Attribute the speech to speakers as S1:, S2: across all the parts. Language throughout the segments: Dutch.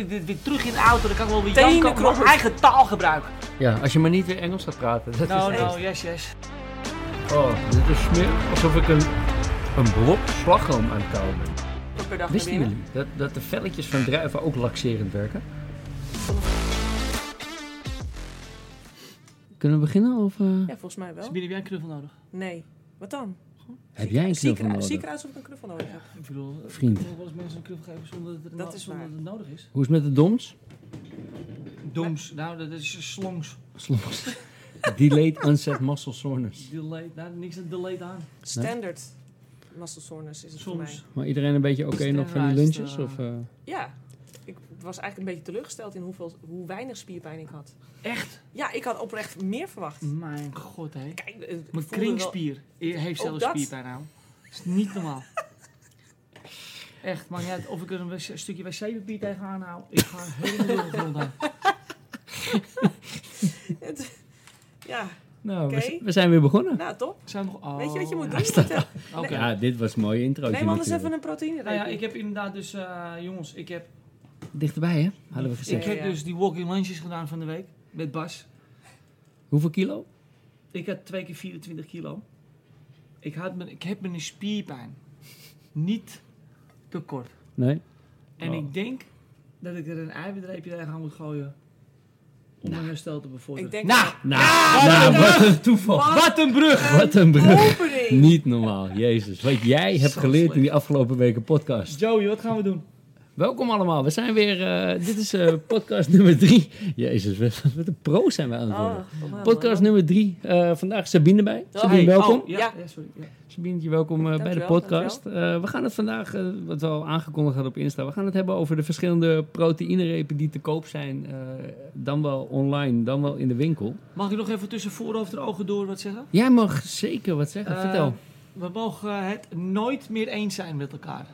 S1: ik dit weer terug in de auto, dan kan ik wel weer
S2: Tenen
S1: janken over
S2: kroppen.
S1: mijn eigen taalgebruik.
S3: Ja, als je maar niet in Engels gaat praten. Dat
S1: No,
S3: is
S1: no,
S3: echt.
S1: yes, yes.
S3: Oh, dit is smerig. Alsof ik een, een blok slagroom aan het kauwen ben.
S2: Tot per dag
S3: Wisten
S2: naar
S3: jullie dat, dat de velletjes van druiven ook laxerend werken? Kunnen we beginnen? Of, eh?
S2: Ja, volgens mij wel.
S1: Sabine, heb jij een knuffel nodig?
S2: Nee. Wat dan?
S3: Heb jij een knuffel nodig?
S2: Zie ik eruit alsof ik een knuffel nodig heb?
S1: Ik bedoel, eh,
S3: Vriend.
S1: Ik wil wel eens mensen een knuffel geven zonder dat het,
S2: Dat
S1: no-
S2: is
S1: zonder
S2: waar.
S1: dat het nodig is.
S3: Hoe is het met de dons?
S1: Doms, nou dat is slongs.
S3: Slons. Delayed onset muscle soreness.
S1: Delayed, nou niks aan delayed aan.
S2: Standaard mastelsoornis is het voor mij.
S1: Soms.
S3: Maar iedereen een beetje oké nog van die
S1: Sterilized,
S3: lunches?
S1: eh,
S3: Of, eh?
S2: Ja. Ik was eigenlijk een beetje teleurgesteld in hoeveel, hoe weinig spierpijn ik had.
S1: Echt?
S2: Ja, ik had oprecht meer verwacht.
S3: Mm.
S1: Mijn god hé.
S2: Kijk, eh, ik
S1: Mijn
S2: voelde wel-
S1: kringspier e- heeft
S2: Ook
S1: zelfs
S2: dat.
S1: spierpijn nou. Dat is niet normaal. Echt, maar ja, of ik er een wc stukje wc-papier tegenaan hou, ik ga helemaal door de grond heen.
S2: Het- ja,
S3: Nou, we,
S2: oké.
S3: z- we zijn weer begonnen.
S2: nou top.
S1: Zijn we nog... oh,
S2: Weet je wat je moet
S1: ja.
S2: doen? Je moet, eh,
S1: Oké.
S3: Ja, dit was een mooie intro.
S2: Neem anders even een proteïne
S1: Nou ja, ik heb inderdaad dus, eh, jongens, ik heb,
S3: Dichterbij, hè? Hadden we
S1: ik
S3: gezegd.
S2: Ja,
S1: heb
S2: ja.
S1: dus die walking lunches gedaan van de week met Bas.
S3: Hoeveel kilo?
S1: Ik had twee keer 24 kilo. Ik, had mijn, ik heb mijn spierpijn. Niet te kort.
S3: Nee?
S1: En
S3: Oh.
S1: ik denk dat ik er een eiwitreepje tegenaan moet gooien. Om mijn herstel te bevorderen.
S2: Nou, Ik denk...
S3: Nou, nou,
S1: wat
S3: nou,
S1: een
S3: wat een toeval.
S1: Wat een brug!
S3: Wat een brug.
S2: Opening!
S3: Niet normaal, jezus. Wat jij hebt
S1: Zo
S3: geleerd in
S1: slecht.
S3: die afgelopen weken podcast.
S1: Joey, wat gaan we doen?
S3: Welkom allemaal, we zijn weer, eh, dit is eh, podcast nummer drie. Jezus, wat, wat een pro zijn we aan het worden.
S2: Oh, kom maar,
S3: Podcast
S2: man.
S3: nummer drie, Eh, vandaag is Sabine bij.
S2: Oh,
S3: Sabine,
S1: Hey,
S3: welkom.
S1: oh, ja,
S2: Ja.
S1: ja, sorry. Ja.
S3: Sabientje, welkom eh, bij de
S2: Dankjewel,
S3: podcast. Eh, we gaan het vandaag, eh, wat we al aangekondigd hadden op Insta, we gaan het hebben over de verschillende proteïnerepen die te koop zijn, eh, dan wel online, dan wel in de winkel.
S1: Mag ik nog even tussen voorhoofd en ogen door wat zeggen?
S3: Jij mag zeker wat zeggen,
S1: Eh,
S3: vertel.
S1: We mogen het nooit meer eens zijn met elkaar.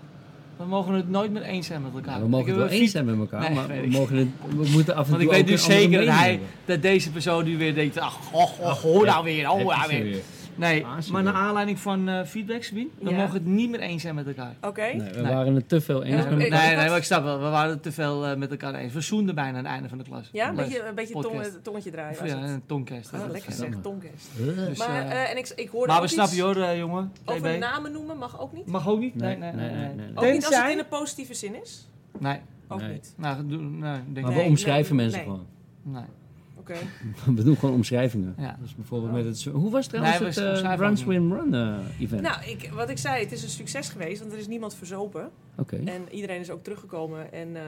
S1: We mogen het nooit meer eens zijn met elkaar.
S3: Ja, we mogen
S1: Nou, Ik heb
S3: het wel
S1: een
S3: eens
S1: fiets-
S3: zijn met elkaar,
S1: Nee,
S3: maar
S1: weet
S3: we,
S1: ik.
S3: mogen het, we moeten af en toe
S1: Want ik
S3: ook
S1: weet nu
S3: een andere
S1: zeker dat,
S3: mening
S1: hij,
S3: hebben.
S1: dat deze persoon nu weer denkt, ach, och, och, hoor nou weer,
S3: Heb
S1: oh
S3: je
S1: ja
S3: ze
S1: weer.
S3: weer.
S1: Nee,
S3: Ah, ze
S1: maar
S3: weer.
S1: naar aanleiding van eh feedback, Sabine, we
S2: Ja.
S1: mogen het niet meer eens zijn met elkaar.
S2: Oké.
S3: Nee, we
S1: Nee.
S3: waren het te veel eens
S2: Ja,
S3: met
S1: Nee,
S2: ik-
S3: elkaar.
S1: nee,
S2: had-
S1: maar ik snap wel, we waren het te veel eh, met elkaar eens. We zoenden bijna aan het einde van de klas.
S2: Ja, een
S1: Maar-
S2: beetje, een beetje
S1: podcast.
S2: tong- tongetje draaien
S1: Of
S2: was
S1: ja,
S2: het.
S1: een tongcast.
S2: Ah,
S1: hè.
S2: lekker
S3: verdomme.
S2: zeg, tongcast.
S3: Huh?
S1: Dus,
S2: maar,
S1: eh,
S2: eh, en ik, ik hoorde
S1: maar
S2: ook
S1: we snappen je
S2: iets
S1: hoor, eh, jongen.
S2: over
S1: TB.
S2: namen noemen, mag ook niet.
S1: Mag ook niet?
S3: Nee,
S1: Nee, nee, nee. nee, nee.
S2: Ook niet als het
S1: Tenzij-
S2: in een positieve zin is.
S1: Nee,
S2: Ook
S3: Nee.
S2: niet.
S1: nou, doe- nee, denk
S3: Maar
S1: ik.
S3: we
S2: Nee,
S3: omschrijven
S2: nee,
S3: mensen
S2: nee.
S3: gewoon.
S1: Nee.
S2: Oké.
S3: We doen gewoon omschrijvingen.
S1: Ja.
S3: Dus bijvoorbeeld met het... zo- Hoe was trouwens
S1: Nee, we
S3: het
S1: z-
S3: eh,
S1: omschrijven
S3: Run
S1: ook niet.
S3: Swim Run eh, event?
S2: Nou, ik, wat ik zei, het is een succes geweest, want er is niemand verzopen.
S3: Oké.
S2: En iedereen is ook teruggekomen. En eh,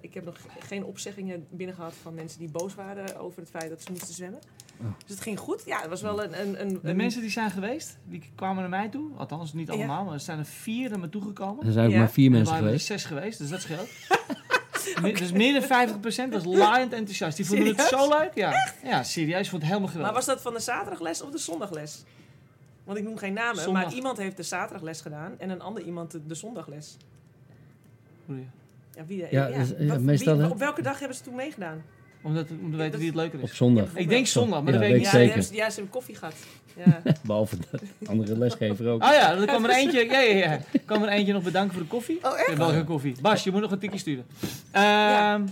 S2: ik heb nog geen opzeggingen binnen gehad van mensen die boos waren over het feit dat ze moesten zwemmen.
S3: Oh.
S2: Dus het ging goed. Ja, het was wel een... een, een
S1: De
S2: een-
S1: mensen die zijn geweest, die kwamen naar mij toe. Althans, niet
S2: Ja.
S1: allemaal, maar er zijn er vier naar me toegekomen.
S3: Er zijn ook
S2: Ja.
S3: maar vier
S1: Er
S3: mensen
S1: waren er
S3: geweest.
S1: zes geweest, dus dat scheelt. Mi- Dus meer dan 50% was laaiend enthousiast. Die vonden het
S2: Serieus?
S1: zo leuk. Ja, ja serieus. Ik Vond het helemaal
S2: Maar
S1: geweldig.
S2: was dat van de zaterdagles of de zondagles? Want ik noem geen namen,
S1: Zondag.
S2: maar iemand heeft de zaterdagles gedaan en een ander iemand de, de zondagles.
S1: Bedoel je?
S2: Ja, wie de,
S3: Ja, dus, ja, meestal, hè?
S2: op welke dag hebben ze toen meegedaan?
S1: Omdat, om te weten wie het leuker
S3: Op
S1: is.
S3: zondag.
S2: Ja,
S1: Ik denk zondag, maar
S3: Ja,
S1: dat weet ik
S3: weet
S1: niet.
S2: ja,
S3: zeker.
S2: die hebben ze- ja, ze hebben koffie gehad. Ja.
S3: Behalve de andere lesgever ook.
S1: Oh ja, er kwam er eentje. Ja, ja, ja. Er kwam er eentje nog bedanken voor de koffie.
S2: Oh, echt?
S1: Ik heb wel geen koffie. Bas, je moet nog een tikje sturen. Ehm,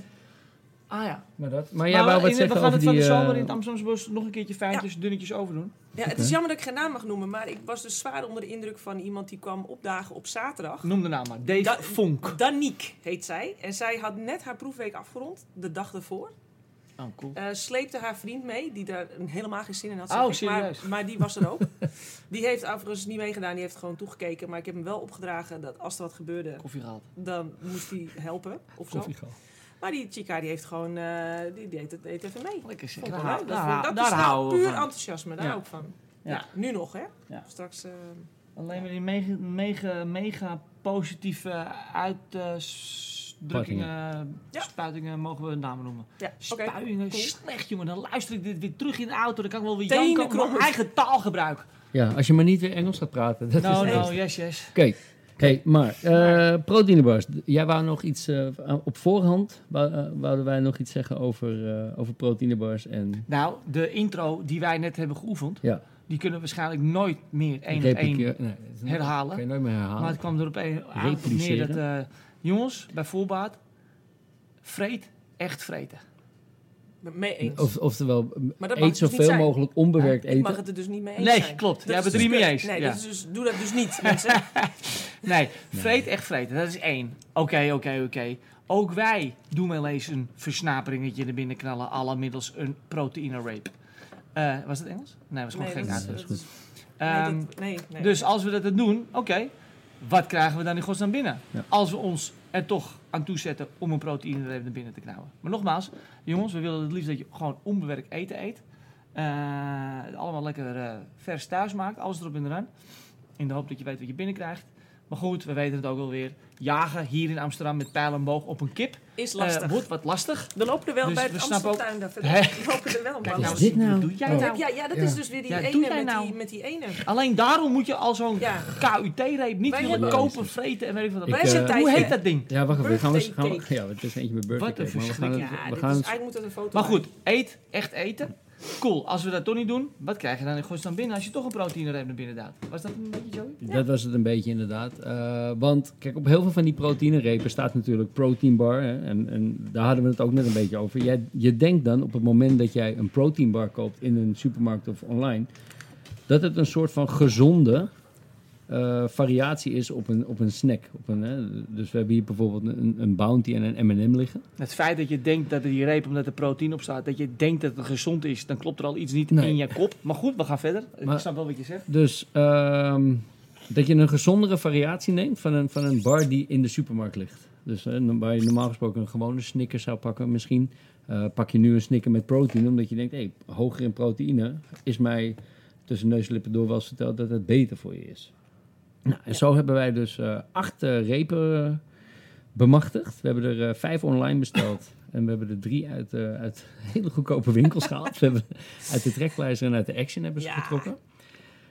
S1: Ah ja.
S3: Maar, dat, maar jij wou
S1: in-
S3: wat
S1: we
S3: zeggen
S1: gaan
S3: over
S1: het van
S3: die...
S1: de
S3: eh,
S1: zomer in het Amsterdamse bos nog een keertje fijntjes, dunnetjes overdoen.
S2: ja, het is jammer dat ik geen naam mag noemen, maar ik was dus zwaar onder de indruk van iemand die kwam opdagen op zaterdag.
S1: Noem de naam maar. Dave
S2: Da-
S1: Vonk.
S2: Danique heet zij. En zij had net haar proefweek afgerond, de dag ervoor.
S1: Oh, cool.
S2: Eh, sleepte haar vriend mee, die daar een- helemaal geen zin in had.
S1: Oh,
S2: zeg ik.
S1: serieus?
S2: Maar, maar die was er ook. die heeft overigens niet meegedaan, die heeft gewoon toegekeken. Maar ik heb hem wel opgedragen dat als er wat gebeurde,
S1: Koffie gehaald.
S2: dan moest hij helpen. Of zo.
S3: koffie gehad.
S2: Maar die chica die heeft gewoon, eh, die, die deed, het, deed even mee.
S1: Lekker zeg.
S2: Vond ik
S1: Daar,
S2: wel leuk.
S1: daar,
S2: Dat vond- dat
S1: daar
S2: is nou
S1: houden
S2: puur
S1: we van.
S2: enthousiasme, daar
S1: Ja.
S2: hou ik van. Ja.
S1: Ja.
S2: nu nog hè.
S1: Ja.
S2: Straks, eh,
S1: Alleen maar die mega, mega, mega positieve uitdrukkingen,
S2: Ja.
S1: spuitingen mogen we namen noemen.
S2: ja, oké.
S1: Spuitingen,
S2: cool.
S1: slecht jongen. Dan luister ik dit weer terug in de auto. Dan kan ik wel weer
S2: Tenen
S1: janken over mijn
S2: krommers.
S1: eigen taalgebruik.
S3: Ja, als je maar niet weer Engels gaat praten. Dat
S1: No,
S3: is echt-
S1: no, yes, yes.
S3: Oké, Hey, maar eh proteïnebars. Jij wou nog iets, eh, op voorhand wou- eh, wouden wij nog iets zeggen over, eh, over proteïnebars. En
S1: Nou, de intro die wij net hebben geoefend,
S3: Ja.
S1: die kunnen we waarschijnlijk nooit meer één op één.
S3: repliceer- nee, dat
S1: herhalen.
S3: Kan je nooit meer herhalen.
S1: Maar het kwam erop een- aan op neer dat,
S3: Repliceren.
S1: eh, jongens, bij voorbaat, Vreet echt vreten.
S2: Ben Mee eens.
S3: Of, oftewel,
S2: Maar dat mag
S3: eet
S2: dus niet
S3: zoveel
S2: zijn.
S3: mogelijk onbewerkt
S2: Ik
S3: eten.
S2: mag het er dus niet mee eens
S1: Nee,
S2: zijn.
S1: klopt.
S2: Dat
S1: Jij
S2: is
S1: bent
S2: dus
S1: er niet mee
S2: kut.
S1: eens.
S2: Nee,
S1: Ja.
S2: dat is dus, doe dat dus niet, mensen.
S1: Nee, vreet echt vreten. Dat is één. Oké, oké, oké. Ook wij doen wel eens een versnaperingetje er binnen knallen, à middels een proteïne rape. Eh, was dat Engels? Nee, was gewoon
S2: Nee,
S1: gek
S2: dat
S1: uit.
S2: is-
S3: dat is
S2: dat
S3: goed.
S2: is- nee,
S1: Ehm,
S2: dat- nee, nee.
S1: Dus als we dat dan doen, oké, wat krijgen we dan in godsnaam binnen?
S3: Ja.
S1: Als we ons er toch aan toezetten om een proteïne er even naar binnen te knauwen. Maar nogmaals, jongens, we willen het liefst dat je gewoon onbewerkt eten eet. Eh, het allemaal lekker eh, vers thuis maakt, alles erop en eraan. In de hoop dat je weet wat je binnenkrijgt. Maar goed, we weten het ook alweer. Jagen hier in Amsterdam met pijl en boog op een kip
S2: is
S1: eh,
S2: lastig.
S1: wordt wat lastig.
S2: we lopen er wel
S1: dus
S2: bij het
S1: we snappen ook-
S2: Amsterdam daar
S1: Hè?
S2: We lopen er wel
S1: Kijk
S2: bij.
S3: nou
S1: nou
S3: is
S1: eens,
S3: dit nou?
S1: wat doe jij
S3: Oh.
S1: nou?
S2: Ja, ja, dat
S3: Ja.
S2: is dus weer die
S1: Ja, doe
S2: ene
S1: jij
S2: met,
S1: nou?
S2: die, met die ene.
S1: Alleen daarom moet je al zo'n
S2: Ja.
S1: KUT-reep niet
S2: Wij
S1: willen
S3: hebben-
S1: kopen, vreten en weet ik wat.
S3: Ik,
S1: dat
S2: Wij zijn
S3: eh,
S1: Hoe
S2: tijdje.
S1: heet dat ding?
S3: Ja, wacht even. Gaan we, gaan we,
S2: Birthday
S3: ja, het is eentje met birthday
S1: Wat een
S3: cake, maar we gaan het-
S1: verschrik-
S2: Ja,
S3: we
S2: dit
S3: gaan
S2: is,
S3: het-
S2: eigenlijk moet dat een foto
S1: Maar goed,
S2: maken.
S1: eet, echt eten. Cool, als we dat toch niet doen, wat krijg je dan in godsnaam binnen als je toch een proteïnereep naar binnen daalt? Was dat een beetje Joey?
S3: Dat was het een beetje inderdaad. Eh, want kijk, op heel veel van die proteïnerepen staat natuurlijk proteinbar. Hè, en, en daar hadden we het ook net een beetje over. Jij, je denkt dan op het moment dat jij een proteinbar koopt in een supermarkt of online, dat het een soort van gezonde eh, variatie is op een, op een snack. Op een, hè, dus we hebben hier bijvoorbeeld een, een bounty en een M&M liggen.
S1: Het feit dat je denkt dat er die reep, omdat er proteïne op staat, dat je denkt dat het gezond is, dan klopt er al iets niet
S3: Nee.
S1: in je kop. Maar goed, we gaan verder.
S3: Maar-
S1: Ik snap wel wat je zegt.
S3: Dus ehm, dat je een gezondere variatie neemt van een, van een bar die in de supermarkt ligt. Dus eh, no- waar je normaal gesproken een gewone snicker zou pakken misschien, eh, pak je nu een snicker met proteïne. Omdat je denkt, hé, hoger in proteïne is mij tussen neus en lippen door wel eens verteld dat het beter voor je is. Nou, en zo hebben wij dus eh, acht eh, repen eh, bemachtigd. We hebben er eh, vijf online besteld. En we hebben er drie uit, eh, uit hele goedkope winkels gehaald. We hebben uit de trekpleister en uit de Action hebben ze
S2: Ja.
S3: getrokken.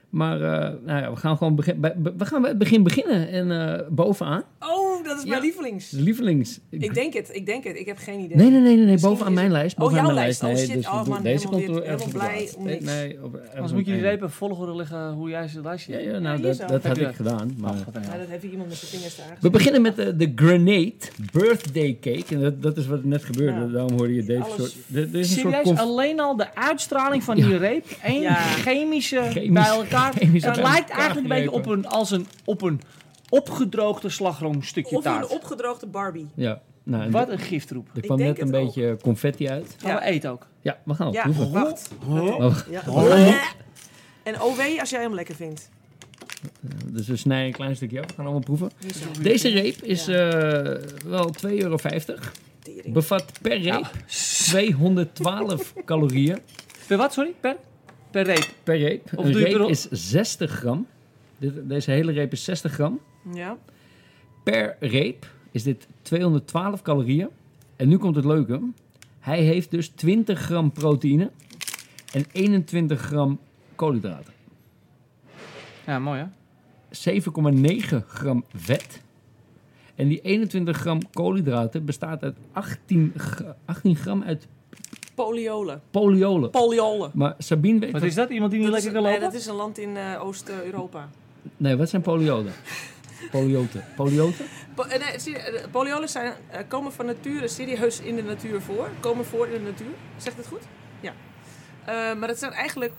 S3: Maar eh, nou ja, we gaan gewoon begin, bij- be- we gaan bij het begin beginnen. En eh, bovenaan,
S2: Oh, dat is mijn
S3: Ja.
S2: lievelings.
S3: de lievelings.
S2: Ik denk het, ik denk het. Ik heb geen idee.
S3: Nee, nee, nee, nee, nee.
S2: Misschien
S3: bovenaan
S2: is
S3: mijn
S2: het-
S3: lijst.
S2: Oh,
S3: Bovenaan
S2: jouw
S3: mijn
S2: lijst.
S3: lijst.
S2: Oh,
S3: Nee,
S2: shit.
S3: dus
S2: Oh,
S3: we doen-
S2: man,
S3: deze
S2: helemaal
S3: komt
S2: dit.
S3: er ergens
S2: Helemaal
S3: op de
S2: blij
S3: laatst.
S2: om
S3: Nee,
S2: niks.
S3: nee, op- ergens
S1: Anders
S3: op
S1: moet je die
S3: het einde.
S1: repen volgorde liggen hoe jij ze lijstje.
S3: Ja, ja, nou,
S2: Ja,
S3: dat,
S2: hier zo.
S3: dat had
S1: Heb je-
S3: ik
S2: Oh,
S3: gedaan. Maar...
S1: Ach, wat een
S2: Ja,
S1: hel.
S2: dat heeft iemand met zijn vingers daar
S3: We
S2: aangezet.
S3: beginnen met eh, de, de Grenade Birthday Cake. En dat, dat is wat er net gebeurde.
S2: Ja.
S3: Daarom hoorde je Dave.
S2: Alles
S3: Soort, er, er is een soort
S1: Serieus,
S3: conf-
S1: alleen al de uitstraling van
S3: Ja.
S1: die reep, één
S2: Ja.
S1: chemische
S3: Chemisch-
S1: bij elkaar.
S3: chemische
S1: het
S3: bij
S1: lijkt
S3: elkaar
S1: eigenlijk een beetje op
S3: grepen.
S1: een, als een, op een opgedroogde slagroomstukje
S2: Of een
S1: taart.
S2: opgedroogde Barbie.
S3: Ja, nou, en
S1: Wat een giftroep.
S3: er kwam
S2: Ik denk
S3: net een
S2: het ook.
S3: beetje confetti uit.
S1: Gaan we eten ook.
S3: Ja, we gaan op
S2: Ja,
S3: proeven.
S2: wacht. Ja.
S1: Oh.
S2: En OW als jij hem lekker vindt.
S3: Dus we snijden een klein stukje af. We gaan allemaal proeven.
S2: Hier zo.
S3: Deze reep is eh, wel 2,50 euro.
S2: Tering.
S3: Bevat per reep 212 calorieën
S1: Per wat, sorry? Per? Per reep.
S3: per reep.
S1: Of
S3: een
S1: doe je
S3: reep
S1: erop-
S3: is 60 gram. Dit, deze hele reep is 60 gram.
S2: Ja.
S3: per reep is dit 212 calorieën. En nu komt het leuke. Hij heeft dus 20 gram proteïne en 21 gram koolhydraten.
S1: Ja, mooi hè?
S3: 7,9 gram vet. En die 21 gram koolhydraten bestaat uit 18, gra- 18 gram uit
S2: Poliolen.
S3: poliolen.
S2: Poliolen.
S3: Maar Sabine weet...
S1: Wat is dat? Iemand die niet
S2: Dat is,
S1: lekker kan
S2: nee,
S1: lopen?
S2: dat is een land in eh, Oost-Europa.
S3: Nee, wat zijn poliolen? Polioten. Polioten?
S2: Po- eh, nee, zie- eh, poliolen zijn, eh, komen van nature serieus in de natuur voor. Komen voor in de natuur. Zegt het goed? Ja. Eh, maar dat zijn eigenlijk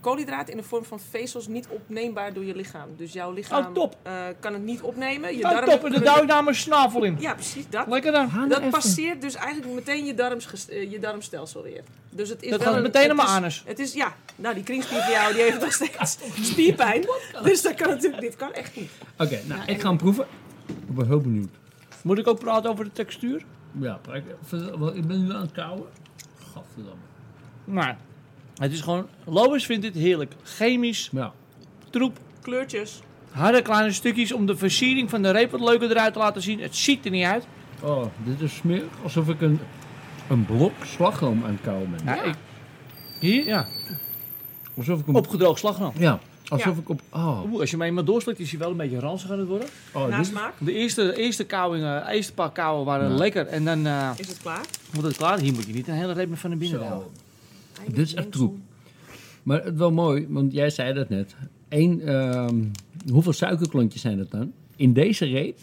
S2: koolhydraten in de vorm van vezels niet opneembaar door je lichaam. Dus jouw lichaam
S1: Oh, top.
S2: eh, kan het niet opnemen. Je
S1: Oh,
S2: darmen
S1: top, en dan
S2: kunnen-
S1: duw ik daar mijn snavel in.
S2: Ja, precies dat.
S1: Lekker dan.
S3: Ga nou
S2: Dat
S3: even.
S2: passeert dus eigenlijk meteen je, darmsges- eh, je darmstelsel weer. Dus het is
S1: Dat
S2: wel
S1: gaat
S2: een-
S1: meteen naar
S2: het
S1: mijn
S2: is-
S1: anus.
S2: Het is, ja, nou die kringspier van jou die heeft nog steeds spierpijn. Dus dat kan natuurlijk, dit kan echt niet.
S3: Oké, nou, ik ga hem proeven. Ik ben heel benieuwd.
S1: Moet ik ook praten over de textuur?
S3: Ja, maar ik, wel, ik ben nu aan het kauwen. Gadverdamme.
S1: Nee. Nou, Het is gewoon... Lois vindt dit heerlijk. Chemisch,
S3: Ja.
S1: troep,
S2: Kleurtjes.
S3: Oh,
S1: harde kleine stukjes om de versiering van de reep wat leuker eruit te laten zien. Het ziet er niet uit.
S3: Oh, dit is smerig. Alsof ik een, een blok slagroom aan het kauwen ben.
S1: Ja, ik- Hier? Ja.
S3: Alsof ik een...
S1: Opgedroogd slagroom.
S3: Ja. Alsof
S2: Ja.
S3: ik op... Oh,
S1: Oeh, als je hem eenmaal doorslikt is hij wel een beetje ranzig aan het worden.
S3: oh
S2: Na
S3: dit is-
S2: smaak
S1: De eerste, eerste kauwingen, eerste paar kauwen waren
S3: Ja.
S1: lekker. En dan eh,
S2: is het klaar.
S1: wordt het klaar. Hier moet je niet een hele reep meer van naar binnen houden.
S3: Zo. Dit is echt troep. Maar het wel mooi, want jij zei dat net. Eén, ehm, hoeveel suikerklontjes zijn dat dan? In deze reep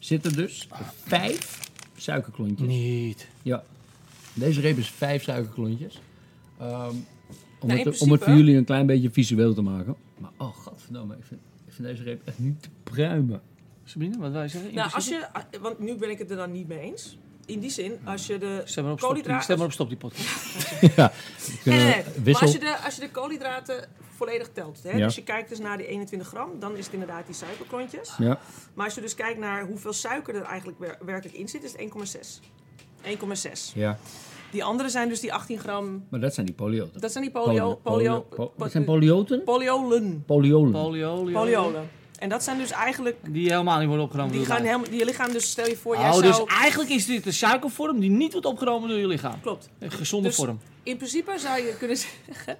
S3: zitten dus vijf suikerklontjes.
S1: Niet.
S3: Deze reep is vijf suikerklontjes. Ehm, om,
S2: Nou, in
S3: het, om het
S2: principe-
S3: voor jullie een klein beetje visueel te maken. Maar oh, godverdamme, ik vind, ik vind deze reep echt niet te pruimen.
S1: Sabine, wat wij zeggen? In
S2: Nou, als
S1: principe-
S2: je, want nu ben ik het er dan niet mee eens. In die zin, als je de
S1: Stem maar op, stop die,
S2: koolhydraten-
S1: stem maar op stop die podcast.
S3: ja, ik vind,
S2: Nee, nee,
S3: eh,
S2: nee. Maar
S3: wissel.
S2: als je, de, als je de koolhydraten volledig telt, hè,
S3: Ja.
S2: dus je kijkt dus naar die 21 gram, dan is het inderdaad die suikerklontjes.
S3: Ja,
S2: Maar als je dus kijkt naar hoeveel suiker er eigenlijk wer- werkelijk in zit, is het 1,6. 1,6.
S3: ja,
S2: Die andere zijn dus die 18 gram,
S3: maar dat zijn die polioten.
S2: dat zijn die polio, polio,
S3: po-
S2: po-
S3: wat zijn polioten?
S2: poliolen.
S3: Poliolen.
S1: Polio,
S2: Poliolen. En dat zijn dus eigenlijk,
S1: Die helemaal niet worden opgenomen
S2: die
S1: door
S2: gaan
S1: mij.
S2: helemaal, je lichaam dus, stel je voor, jij
S1: Oh,
S2: zou...
S1: dus eigenlijk is dit de suikervorm die niet wordt opgenomen door je lichaam.
S2: Klopt.
S1: Een gezonde
S2: Dus-
S1: vorm.
S2: In principe zou je kunnen zeggen,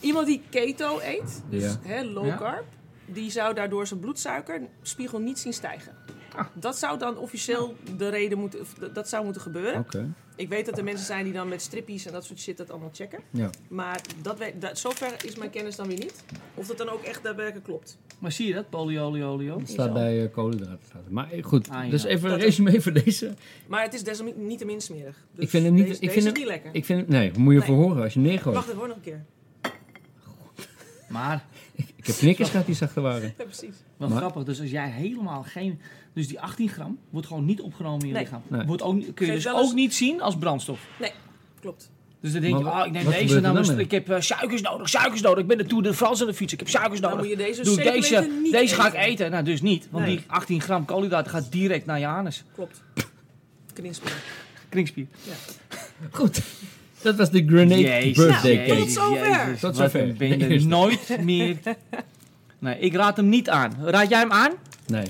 S2: iemand die keto eet, dus
S3: Ja.
S2: hè, low
S1: Ja.
S2: carb, die zou daardoor zijn bloedsuikerspiegel niet zien stijgen.
S1: Ah.
S2: Dat zou dan officieel de reden moeten, of d- dat zou moeten gebeuren.
S3: Oké,
S2: Ik weet dat er mensen zijn die dan met strippies en dat soort shit dat allemaal checken.
S3: ja.
S2: Maar dat we, dat, zover is mijn kennis dan weer niet. Of dat dan ook echt daadwerkelijk klopt.
S1: Maar zie je dat? Polio, olio, olio.
S3: Het staat
S2: Zo.
S3: bij eh, koolhydraten. staat het. Maar eh, goed,
S1: Ah, ja.
S3: dus even een
S2: Dat-
S3: resume voor deze.
S2: Maar het is desalniettemin smerig. Dus
S3: Ik vind hem niet-
S2: Deze,
S3: ik
S2: deze
S3: vind
S2: is
S3: hem-
S2: niet lekker.
S3: Ik oh. vind, het- nee, moet je
S2: Nee.
S3: voor horen als je neergooit.
S2: Wacht even hoor, nog een keer.
S1: Maar,
S3: Ik heb knikkers gehad die zachter waren.
S2: Ja, precies.
S1: wat
S3: Maar-
S1: grappig, dus als jij helemaal geen... Dus die 18 gram wordt gewoon niet opgenomen in je
S2: Nee.
S1: lichaam.
S3: Nee.
S1: Wordt ook, niet- kun je
S2: Geeft
S1: dus
S2: wel eens-
S1: ook niet zien als brandstof.
S2: Klopt.
S3: Nou,
S1: Dus dan denk
S3: Maar
S1: je, oh, ik neem
S3: wat
S1: deze,
S3: gebeurt er
S1: nou,
S3: dan
S1: maar
S3: mee?
S1: ik heb eh, suikers nodig, suikers nodig. Ik ben de Tour de France aan de fiets, ik heb suikers
S2: Dan
S1: nodig.
S2: moet Nou, je deze
S1: Doe ik
S2: zeker
S1: deze,
S2: weten niet
S1: deze ga ik
S2: eten.
S1: eten. Nou, dus niet. Want
S2: Nee.
S1: die 18 gram koolhydraten gaat direct naar je anus.
S2: Klopt. Kringspier.
S1: Kringspier.
S3: Goed, dat was de Grenade
S1: Jezus,
S3: Birthday
S1: jezus,
S2: Nou,
S3: Cake.
S2: Tot zover.
S1: jezus,
S3: Tot
S1: wat
S3: zover.
S1: een bende.
S3: De eerste.
S1: nooit meer. Nee, ik raad hem niet aan. Raad jij hem aan?
S3: Nee,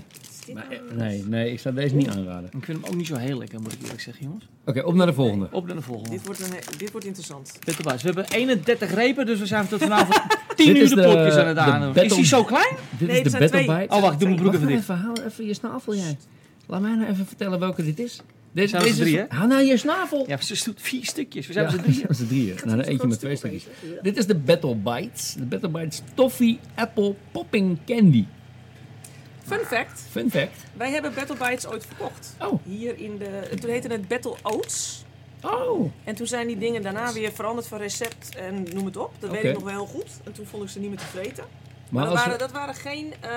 S3: maar, eh, nee, nee, ik zou deze niet aanraden.
S1: Ik vind hem ook niet zo heel lekker, moet ik eerlijk zeggen, jongens.
S3: Oké, op naar de volgende.
S1: Op naar de volgende.
S2: Dit wordt, een, he- dit wordt interessant.
S1: Dit op huis. We hebben 31 repen, dus we zijn tot vanavond 10
S3: Dit
S1: uur
S3: is
S1: de
S3: de-
S1: podcast aan het
S3: de
S1: aannemen. Is
S3: battle-
S1: die zo klein?
S2: Nee,
S3: Dit is
S2: er
S3: de
S2: zijn
S3: Battle
S2: twee.
S3: Bite.
S1: Oh, wacht, doe mijn broek
S3: Wacht
S1: even dicht.
S3: even, hou even je snavel jij. Laat mij nou even vertellen welke dit is. Deze,
S1: Zijn we
S3: deze
S1: z'n
S3: is-
S1: drieën?
S3: Hou nou je snavel.
S1: Ja, ze doet vier stukjes. We zijn
S3: Ja,
S1: met z'n drieën.
S3: zijn drieën. Nou, dan eet je maar twee stukjes. Dit is de Battle Bites. De Battle Bites Toffee Apple Popping Candy.
S2: Fun fact,
S3: Fun fact.
S2: wij hebben Battle Bites ooit verkocht.
S3: Oh.
S2: Hier in de... Toen heette het Battle Oats.
S3: Oh.
S2: En toen zijn die dingen daarna weer veranderd van recept en noem het op. Dat
S3: Oké.
S2: weet ik nog wel heel goed. En toen vond ik ze niet meer te vreten. Maar,
S3: Maar
S2: dat,
S3: als
S2: waren,
S3: we-
S2: dat waren geen... eh,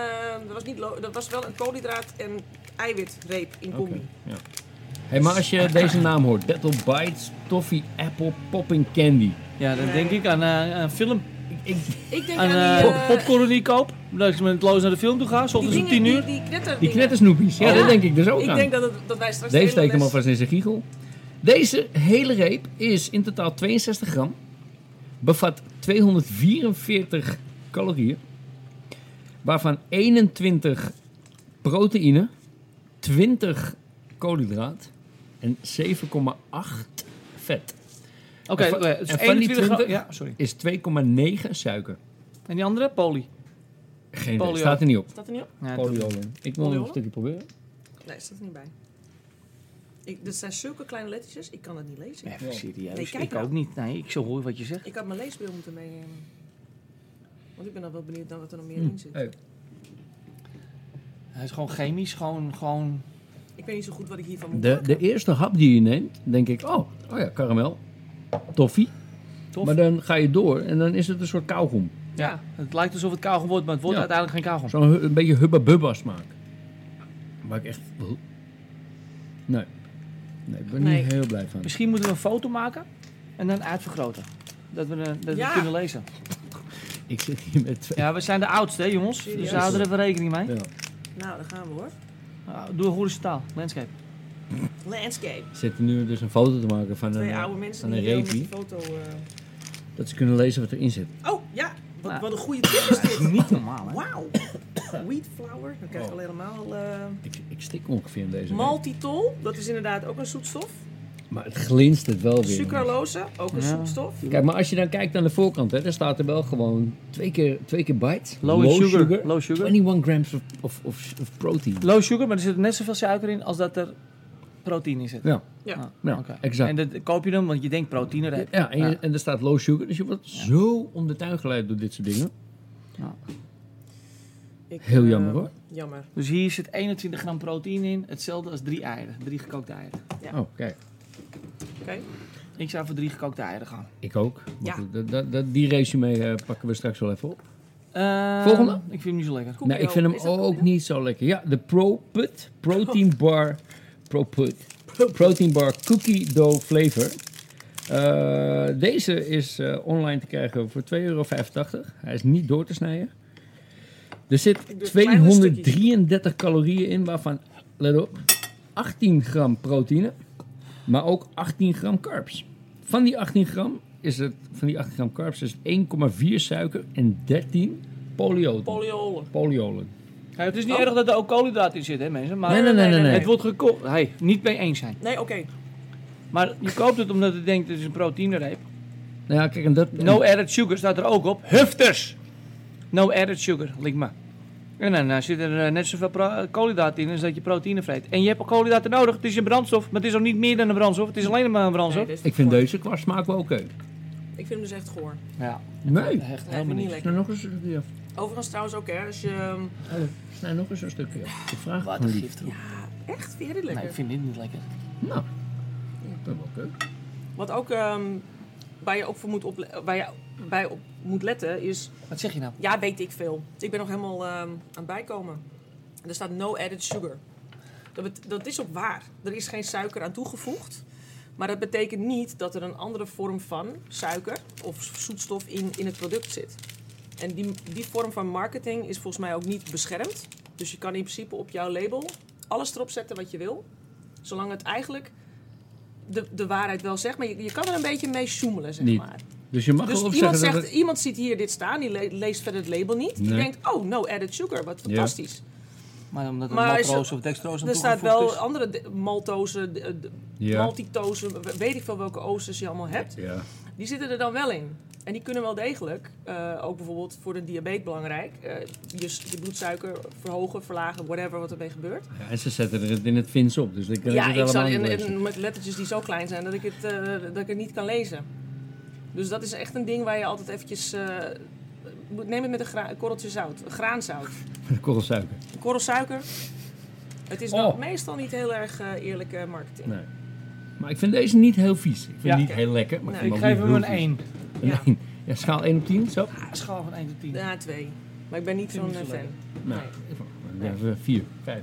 S2: dat, was niet lo- dat was wel een koolhydraat en eiwitreep in combi.
S3: Oké, ja. Hey, maar als je deze naam hoort. Battle Bites Toffee Apple Popping Candy.
S1: Ja, dan
S2: Nee.
S1: denk ik aan eh, een film.
S3: Ik, ik,
S2: Ik denk
S1: Aan
S2: aan die...
S1: eh
S2: eh,
S1: popcorn die ik koop. Dat ik met Loos naar de film toe ga,
S2: die
S1: soms om
S2: dingen,
S1: 10 uur.
S2: Die, die knetterdingen.
S3: die knettersnoepies. Ja,
S2: Oh,
S3: dat
S2: ja.
S3: denk ik dus ook
S2: Ik
S3: aan.
S2: denk dat, het- dat wij straks... de
S3: Deze
S2: hele
S3: steek hem
S2: les-
S3: alvast in zijn giegel. Deze hele reep is in totaal 62 gram. Bevat 244 calorieën. Waarvan 21 proteïne, 20 koolhydraat en 7,8 vet.
S1: Oké,
S3: En van-
S1: oké, dus
S3: en van die
S1: 21 gram-
S3: 20?
S1: Ja, sorry.
S3: Is 2,9 suiker.
S1: En die andere? Poli.
S3: Geen idee,
S1: Polio.
S3: staat er niet op.
S2: Staat er niet op?
S1: Ja, dat-
S3: Polyolen. Ik wil nog een
S2: Polyolen?
S3: stukje proberen.
S2: Nee, staat er niet bij. Ik, dit zijn zulke kleine lettertjes, ik kan het niet lezen.
S1: Even serieus.
S2: Nee, kijk
S1: ik
S2: nou.
S1: ook niet. Nee, ik zo hoor wat je zegt.
S2: Ik had mijn leesbril moeten meenemen. Want ik ben dan wel benieuwd naar wat er nog meer
S3: Hm.
S2: in zit.
S3: Hey.
S1: Het is gewoon chemisch, gewoon, gewoon...
S2: Ik weet niet zo goed wat ik hiervan moet
S3: De,
S2: maken.
S3: de eerste hap die je neemt, denk ik, oh, oh ja, karamel. Toffie.
S1: Tof.
S3: Maar dan ga je door en dan is het een soort kauwgom.
S1: Ja. Het lijkt alsof het kauwgom wordt, maar het wordt
S3: Ja.
S1: uiteindelijk geen kauwgom.
S3: Zo'n hu- een beetje hubba-bubba smaak. Maar ik echt... Nee. Nee, ik ben
S2: Nee.
S3: niet heel blij van.
S1: Misschien moeten we een foto maken en dan uitvergroten. Dat we, eh, dat we
S2: Ja.
S1: kunnen lezen.
S3: Ik zit hier met twee...
S1: Ja, we zijn de oudste, hè, jongens. Dus
S2: Serieus?
S1: hou er even rekening mee.
S3: Ja.
S2: Nou, daar gaan we hoor.
S1: Ah, Doe horizontaal, landscape.
S2: Landscape.
S3: Ik zit nu dus een foto te maken van
S2: Twee
S3: een,
S2: oude
S3: eh,
S2: mensen
S3: van een
S2: die heel met
S3: repie.
S2: een foto... eh,
S3: Dat ze kunnen lezen wat erin zit.
S2: Oh, ja. Wat,
S1: Nou.
S2: wat een goede tip is dit.
S1: Niet normaal, hè?
S2: Wauw. Wheatflower. Dan
S3: Oh.
S2: krijg je al helemaal... eh
S3: Ik, ik stik ongeveer in deze. reep.
S2: maltitol. Dat is inderdaad ook een zoetstof.
S3: Maar het glinstert wel weer.
S2: Sucralose. Ook een
S1: Ja.
S2: zoetstof.
S3: Kijk, maar als je dan kijkt aan de voorkant, hè, dan staat er wel gewoon twee keer, twee keer bites.
S1: Low in sugar. Low sugar.
S3: 21 grams of, of, of, of protein.
S1: Low sugar, maar er zit net zoveel suiker in als dat er proteïne in zit.
S3: Ja,
S2: Ja.
S1: Ah,
S3: ja
S1: oké.
S3: exact.
S1: En dat koop je dan, want je denkt proteïne eruit.
S3: Ja, en, je-
S1: Ja.
S3: en er staat low sugar, dus je wordt zo om de tuin geleid door dit soort dingen.
S2: Ik,
S3: Heel
S2: eh,
S3: jammer hoor. Nou,
S2: Jammer.
S1: Dus hier zit 21 gram proteïne in. Hetzelfde als drie eieren. Drie gekookte eieren.
S3: Oh, kijk.
S2: Oké.
S1: Ik zou voor drie gekookte eieren gaan.
S3: Ik ook.
S2: Ja.
S3: Want dat- dat- dat- Die resume eh, pakken we straks wel even op.
S1: Eh,
S3: Volgende?
S1: Ik vind hem niet zo lekker.
S2: Koekio,
S3: nee, Nou, ik vind hem
S2: is dat
S3: ook niet zo lekker. Ja, de Pro Put Protein Bar Oh. Pro Put Protein Bar Cookie Dough Flavor. Eh, deze is eh, online te krijgen voor 2,85 euro. Hij is niet door te snijden. Er
S2: doe
S3: zit
S2: kleinere
S3: 233 calorieën in, waarvan, let op, 18 gram proteïne, maar ook 18 gram carbs. Van die 18 gram is het, van die 18 gram carbs is het 1,4 suiker en 13 polyoten.
S2: Polyolen.
S3: Polyolen.
S1: Ja, het is niet
S2: Oh.
S1: erg dat er ook koolhydraten in zit, hè mensen. Maar
S3: Nee, nee, nee, nee, nee.
S1: het wordt gekookt. Hey, niet mee eens zijn.
S2: Nee, oké.
S1: Maar je koopt het omdat je denkt, het is een proteïnereep.
S3: Nou ja, kijk, en dat...
S1: No added sugar staat er ook op. Hufters! No added sugar, link me. En dan eh, zit er eh, net zoveel pro- eh, koolhydraten in als dat je proteïne vreet. En je hebt ook koolhydraten nodig. Het is een brandstof, maar het is ook niet meer dan een brandstof. Het is alleen maar een brandstof.
S2: Nee, dit is
S3: Ik vind
S2: goor.
S3: deze qua smaak wel oké.
S2: Ik vind hem dus echt goor.
S1: Ja,
S3: Nee.
S1: echt
S2: Ja, vind ik
S1: helemaal
S2: niet
S1: niet.
S2: lekker.
S3: Snij nog eens een stukje af.
S2: Overigens trouwens ook, hè. Als je... ehm,
S3: Hallo. Snij nog eens een stukje af. Ik vraag
S1: Wat
S3: het
S1: een
S3: gewoon niet.
S1: giftroep.
S2: Ja, echt. Vind jij dit
S1: Nee,
S2: lekker?
S1: ik vind dit niet lekker.
S3: Nou, dat is wel oké.
S2: Wat ook... ehm, waar je ook voor moet, ople- waar je bij op moet letten is...
S1: Wat zeg je nou?
S2: Ja, weet ik veel. Ik ben nog helemaal ehm, aan het bijkomen. En er staat no added sugar. Dat, bet- dat is ook waar. Er is geen suiker aan toegevoegd. Maar dat betekent niet dat er een andere vorm van suiker of zoetstof in, in het product zit. En die, die vorm van marketing is volgens mij ook niet beschermd. Dus je kan in principe op jouw label alles erop zetten wat je wil. Zolang het eigenlijk de, de waarheid wel zegt. Maar je, je kan er een beetje mee sjoemelen, zeg
S3: Niet.
S2: maar.
S3: Dus je mag
S2: Dus
S3: wel
S2: iemand,
S3: zeggen
S2: zegt,
S3: dat het...
S2: iemand ziet hier dit staan, die le- leest verder het label niet. Die
S3: Nee.
S2: denkt, oh, no added sugar, wat
S3: Ja.
S2: fantastisch.
S1: Maar omdat er
S2: Maar is-
S1: maltose of dextrose aan
S2: Er staat
S1: toegevoegd
S2: wel
S1: is.
S2: andere de- maltose, de- de-
S3: Ja.
S2: maltitose, we- weet ik veel welke oosters je allemaal hebt.
S3: Ja.
S2: Die zitten er dan wel in. En die kunnen wel degelijk, eh, ook bijvoorbeeld voor de diabetes belangrijk, eh, je, s- je bloedsuiker verhogen, verlagen, whatever wat ermee gebeurt.
S3: Ja, En ze zetten het in het Fins op, dus ik kan
S2: ja,
S3: het
S2: ik
S3: helemaal
S2: zal
S3: niet
S2: en,
S3: lezen.
S2: en met lettertjes die zo klein zijn dat ik, het, eh, dat ik het niet kan lezen. Dus dat is echt een ding waar je altijd eventjes... eh, moet- neem het met een gra- een korreltje zout, een graanzout.
S3: Korrel suiker.
S2: Een korrel suiker. Het is
S3: Oh.
S2: wel meestal niet heel erg eh, eerlijke marketing.
S3: Nee. Maar ik vind deze niet heel vies. Ik vind
S1: Ja.
S3: hem niet heel lekker, maar
S2: Nee.
S1: Ik
S3: ik
S1: geef
S3: vind
S1: hem
S3: ook
S1: een
S3: niet heel
S1: 1.
S3: vies.
S2: Ja. Ah,
S3: Een één. Ja, schaal 1 op 10, zo?
S1: Schaal van 1 tot 10.
S2: Ja, twee. Maar ik ben niet
S1: Vind ik
S2: zo'n
S1: niet
S2: eh,
S1: zo
S2: fan.
S3: Nou,
S2: Nee.
S3: nee. even 4, 5.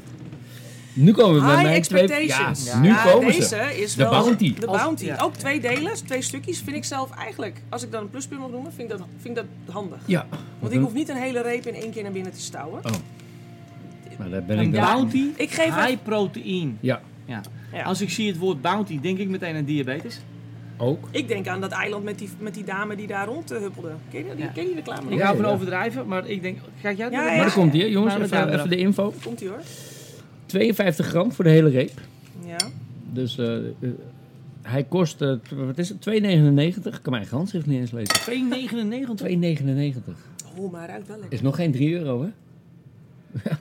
S3: Nu komen we bij
S2: High
S3: mijn twee...
S2: expectations.
S3: Ja, nu
S2: Ja,
S3: komen
S2: deze
S3: ze.
S2: is
S3: De
S2: wel...
S3: Bounty.
S2: De
S1: Als-
S2: Bounty.
S1: ja.
S2: Ook twee delen, twee stukjes, vind ik zelf eigenlijk... Als ik dan een pluspunt mag noemen, vind ik dat, vind ik dat handig.
S3: Ja.
S2: Want ik hoef niet een hele reep in één keer naar binnen te stouwen.
S3: Oh. Maar daar ben
S1: Een
S3: ik dan...
S1: bounty,
S2: Ik geef het...
S1: high proteïne.
S3: Ja,
S1: Ja.
S2: Ja.
S1: Als ik zie het woord bounty, denk ik meteen aan diabetes.
S3: ook.
S2: Ik denk aan dat eiland met die, met die dame die daar rond eh, huppelde. Ken je, die,
S1: Ja.
S2: ken je die reclame nog?
S1: Ik
S3: Ja,
S1: hou van
S3: ja.
S1: overdrijven, maar ik denk... Kijk jij het
S2: Ja,
S1: doen?
S2: ja.
S3: Maar daar komt die, hè, jongens.
S1: Maar met
S3: Even,
S1: jou
S3: even de info.
S2: Komt ie hoor.
S3: 52 gram voor de hele reep.
S2: Ja.
S3: Dus eh, eh, hij kost, eh, t- wat is het, 2,99. Ik kan mijn eigen handschrift niet eens lezen.
S1: 2,99.
S3: 2,99.
S2: Oh, maar ruikt wel lekker.
S3: Is nog geen 3 euro, hè?
S2: Ja.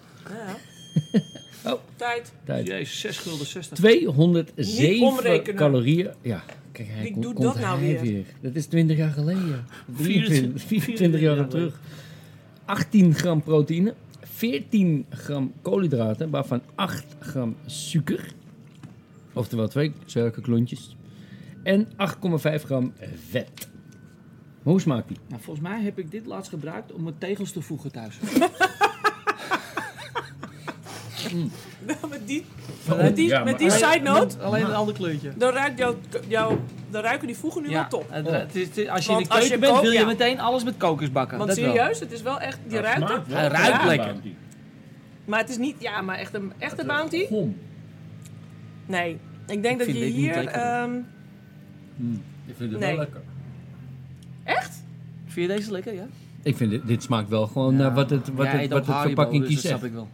S3: Oh.
S2: Tijd.
S3: Tijd.
S1: Jezus, 6 gulden 60.
S3: 207
S2: Niet omrekenen.
S3: calorieën. Ja, kijk, hij
S2: Wie
S3: kon-
S2: doet
S3: komt
S2: dat nou
S3: hij
S2: weer?
S3: Dat is 20 jaar geleden. 24,
S1: 24
S3: 24 jaar
S1: jaar
S3: terug. 18 gram proteïne. 14 gram koolhydraten, waarvan 8 gram suiker. Oftewel twee suikerklontjes. En 8,5 gram vet. Maar hoe smaakt die?
S1: Nou, volgens mij heb ik dit laatst gebruikt om mijn tegels te voegen thuis.
S2: Nou, met die, met die,
S3: Ja,
S2: met
S3: maar-
S1: Ah,
S2: die side note,
S1: Alleen een ander kleurtje.
S2: dan, ruikt jouw jouw dan ruiken die voegen nu wel top.
S1: het- het is- het is- als je
S2: Want
S1: in de
S2: als
S1: keuken
S2: je
S1: bent,
S2: kookt,
S1: wil je
S2: ja.
S1: meteen alles met kokos bakken.
S2: Want
S1: Dat wel.
S2: serieus, het is wel echt, die ruikt het.
S1: Hij ruikt
S2: Ja.
S1: lekker.
S2: Maar het is niet, ja, maar echt een echte bounty?
S3: Gom.
S2: Nee. Ik denk dat je
S1: vind dit niet
S2: hier,
S1: lekker.
S2: ehm,
S3: Ik vind
S2: het wel Nee.
S3: lekker.
S2: echt?
S1: Vind je deze lekker, ja?
S3: Ik vind dit, dit smaakt wel gewoon naar wat het, wat
S1: Ja,
S3: het,
S1: eet
S3: wat
S1: ook
S3: het
S1: Haribo,
S3: verpakkingje
S1: dus dat
S3: zegt.
S1: snap ik wel.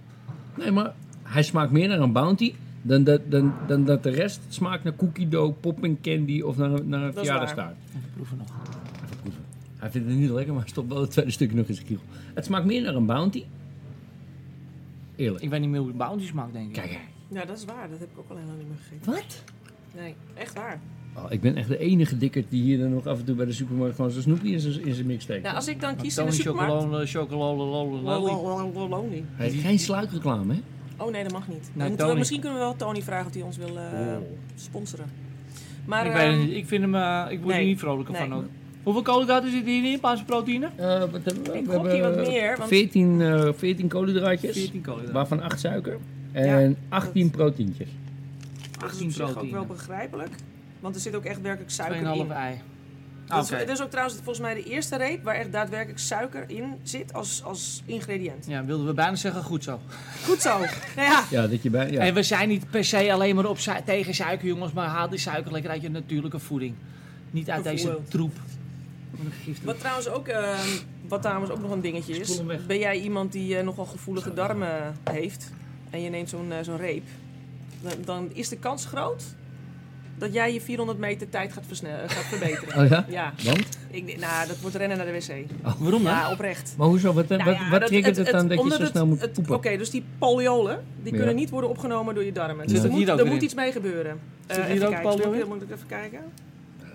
S3: Nee, maar hij smaakt meer naar een bounty dan dat, dan, dan dat de rest smaakt naar cookie dough, popping candy of naar, een- naar een
S2: Dat is waar.
S3: verjaardagstaart.
S1: Even proeven nog.
S3: Hij vindt het niet lekker, maar hij stopt wel het tweede stukje nog in zijn kiel. Het smaakt meer naar een bounty. Eerlijk.
S1: Ik weet niet meer hoe het bounty smaakt, denk ik.
S3: Kijk, hè.
S2: Ja, dat is waar. Dat heb ik ook al helemaal niet meer gegeten.
S3: wat?
S2: Nee, echt waar.
S3: Oh, ik ben echt de enige dikker die hier dan nog af en toe bij de supermarkt gewoon zijn snoepje in zijn- in zijn mix steekt.
S2: Nou, als ik dan kies in
S1: Tony
S2: de supermarkt...
S1: Chocolone, chocolade, lolly.
S2: Lolololololi.
S3: Hij heeft geen sluikreclame, hè?
S2: Oh nee, dat mag niet. Dan
S1: Nou,
S2: moeten we-
S1: Tony.
S2: misschien kunnen we wel Tony vragen of hij ons wil eh, sponsoren. Maar
S1: ik,
S2: eh,
S1: weet het niet. ik vind hem, eh, ik word
S2: nee.
S1: er niet vrolijker van
S2: Nee.
S1: ook. Hoeveel koolhydraten zitten hierin? Een paar proteïne?
S3: Eh, wat hebben we?
S2: Ik
S3: We
S2: gok hier
S3: hebben
S2: wat meer, want-
S3: 14, eh 14 koolhydraatjes,
S1: 14 koolhydraten.
S3: waarvan 8 suiker en 18 proteïntjes.
S2: dat is
S1: 18
S2: op zich ook
S1: proteïne.
S2: wel begrijpelijk. Want er zit ook echt werkelijk suiker in.
S1: 2,5 ei. Dus
S2: Dat is,
S1: Ah, Oké.
S2: dat is ook trouwens volgens mij de eerste reep waar echt daadwerkelijk suiker in zit als, als ingrediënt.
S1: Ja, wilden we bijna zeggen, goed zo.
S2: Goed zo. nou ja,
S3: Ja, dat je bij... Ja.
S1: En we zijn niet per se alleen maar op su- tegen suiker, jongens, maar haal die suiker lekker uit je natuurlijke voeding. Niet uit deze
S2: Bijvoorbeeld.
S1: troep. Wat een giftig.
S2: wat trouwens ook, ehm, wat trouwens ook nog een dingetje
S1: Spoel
S2: is.
S1: hem weg.
S2: Ben jij iemand die eh, nogal gevoelige darmen heeft en je neemt zo'n eh, zo'n reep, dan, dan is de kans groot dat jij je 400 meter tijd gaat, versne- eh, gaat verbeteren.
S3: Oh ja?
S2: Ja,
S3: Want?
S2: ik, nou, dat wordt rennen naar de wc.
S1: Waarom nou? dan?
S2: Ja, oprecht.
S3: Maar hoezo? Wat,
S2: Nou
S3: wat,
S2: ja,
S3: wat
S2: dat-
S3: triggert het, dan dat je
S2: omdat
S3: zo
S2: het-
S3: snel moet
S2: het-
S3: poepen?
S2: Oké, dus die poliolen, die
S3: Ja.
S2: kunnen niet worden opgenomen door je darmen.
S3: Zit
S2: Dus er
S1: het
S2: moet,
S1: hier ook
S2: er
S1: weer
S2: moet
S1: in?
S2: iets mee gebeuren. Eh,
S1: Zit hier
S2: even
S1: ook
S2: kijken,
S1: polio
S2: moet ik-
S1: in?
S2: Moet ik even kijken?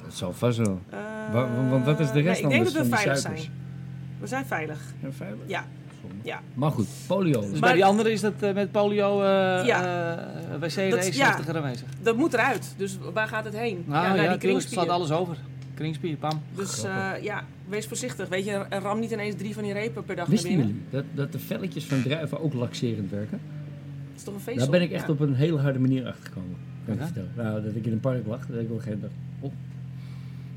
S3: Dat zal vast wel.
S2: Eh,
S3: Wa- want wat is de rest
S2: nee,
S3: dan
S2: Ik
S3: dus
S2: denk dat
S3: van
S2: we
S3: die
S2: veilig
S3: suikers?
S2: zijn. We zijn veilig.
S3: Ja, veilig.
S2: Ja.
S3: Zonde.
S2: Ja.
S3: Maar goed, polio.
S1: Dus
S2: Maar-
S1: bij die andere is dat eh, met polio eh
S2: Ja.
S1: eh, wc-race
S2: Dat- ja.
S1: 60 er aanwezig.
S2: Dat moet eruit. Dus waar gaat het heen?
S1: Nou ja,
S2: naar die
S1: tuurlijk, het
S2: kringspier.
S1: staat alles over. Kringspier, pam.
S2: Dus eh, ja, wees voorzichtig. Weet je, ram niet ineens drie van die repen per dag
S3: Wisten
S2: naar binnen.
S3: jullie dat, dat de velletjes van druiven ook laxerend werken?
S2: Dat is toch een feest?
S3: Daar ben ik echt op een hele harde manier achtergekomen. Kan ik je
S1: Oké.
S3: vertellen. Nou, dat ik in een park lag, dat ik op een gegeven moment dacht, oh,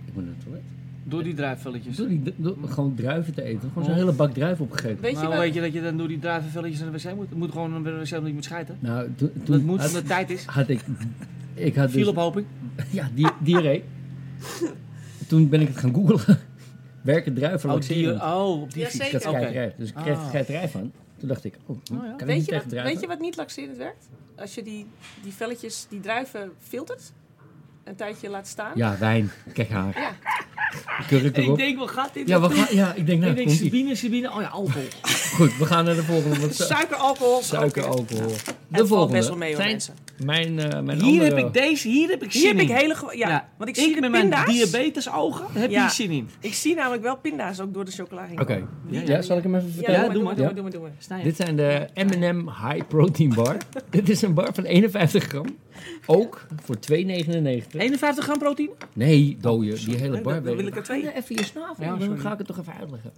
S3: ik moet naar het toilet.
S1: Door die druifvelletjes.
S3: Door, die, door gewoon druiven te eten. Gewoon zo'n
S1: Dus- Oh.
S3: hele bak druiven opgegeten.
S2: Weet je
S1: Maar
S2: wel?
S1: hoe Nou, weet je dat je dan door die druifvelletjes naar de wc moet? Het moet gewoon een wc omdat je moet schijten.
S3: Nou, toen,
S1: Dat
S3: toen
S1: moet, omdat
S3: had,
S1: het tijd is.
S3: had ik... Ik had dus...
S1: Vielephoping.
S3: Ja, die, diarree. toen ben ik het gaan googlen. Werken druiven
S1: Oh, die,
S3: laxerend?
S1: oh, op die
S2: Ja,
S1: fiets.
S3: Ik had
S2: zeker.
S3: scheiterij. Dus ik kreeg
S1: Ah.
S3: scheiterij van. Toen dacht ik, oh,
S1: ja.
S3: kan ik
S2: Weet
S3: niet
S2: je,
S3: tegen
S2: wat, weet je
S3: druiven?
S2: wat niet laxerend werkt? Als je die, die velletjes, die druiven filtert, een tijdje laat staan.
S3: Ja, wijn. Kijk haar. Kurk
S1: Ik
S3: erop.
S1: denk, wat gaat dit?
S3: Ja, we gaan, ja, ik denk, nou,
S1: ik denk,
S3: komt ie.
S1: Sabine, Sabine. Oh ja, alcohol.
S3: Goed, we gaan naar de volgende. Want su-
S2: Suiker, alcohol,
S3: suiker,
S2: oké.
S3: alcohol. De
S2: Het valt best wel
S3: volgende
S2: mee hoor,
S3: zijn
S2: mensen.
S3: mijn, eh, mijn
S1: Hier
S3: andere...
S1: heb ik deze, hier heb ik zin
S2: Hier heb ik
S1: in.
S2: hele... gewo- Ja,
S1: Ja,
S2: want ik zie de
S1: met
S2: pinda's.
S1: mijn diabetes ogen heb
S2: Ja.
S1: hier zin in.
S2: Ik zie namelijk wel pinda's ook door de chocola heen.
S3: Oké.
S2: komen.
S1: Ja,
S3: Ja,
S1: ja,
S3: zal ik hem even
S2: Ja,
S3: vertellen?
S2: doe, maar, doe,
S3: Ja.
S2: maar, doe maar, doe maar.
S1: Sta je?
S3: Dit zijn de M&M High Protein Bar. Dit is een bar van 51 gram. Ook voor 2,99.
S1: 51 gram proteïne?
S3: Nee, dooie. Die hele bar.
S2: Dan
S3: weet
S2: wil
S3: ik.
S2: ik er twee.
S3: Even je snavel.
S1: Ja,
S3: dan
S1: sorry.
S3: ga ik het toch even uitleggen.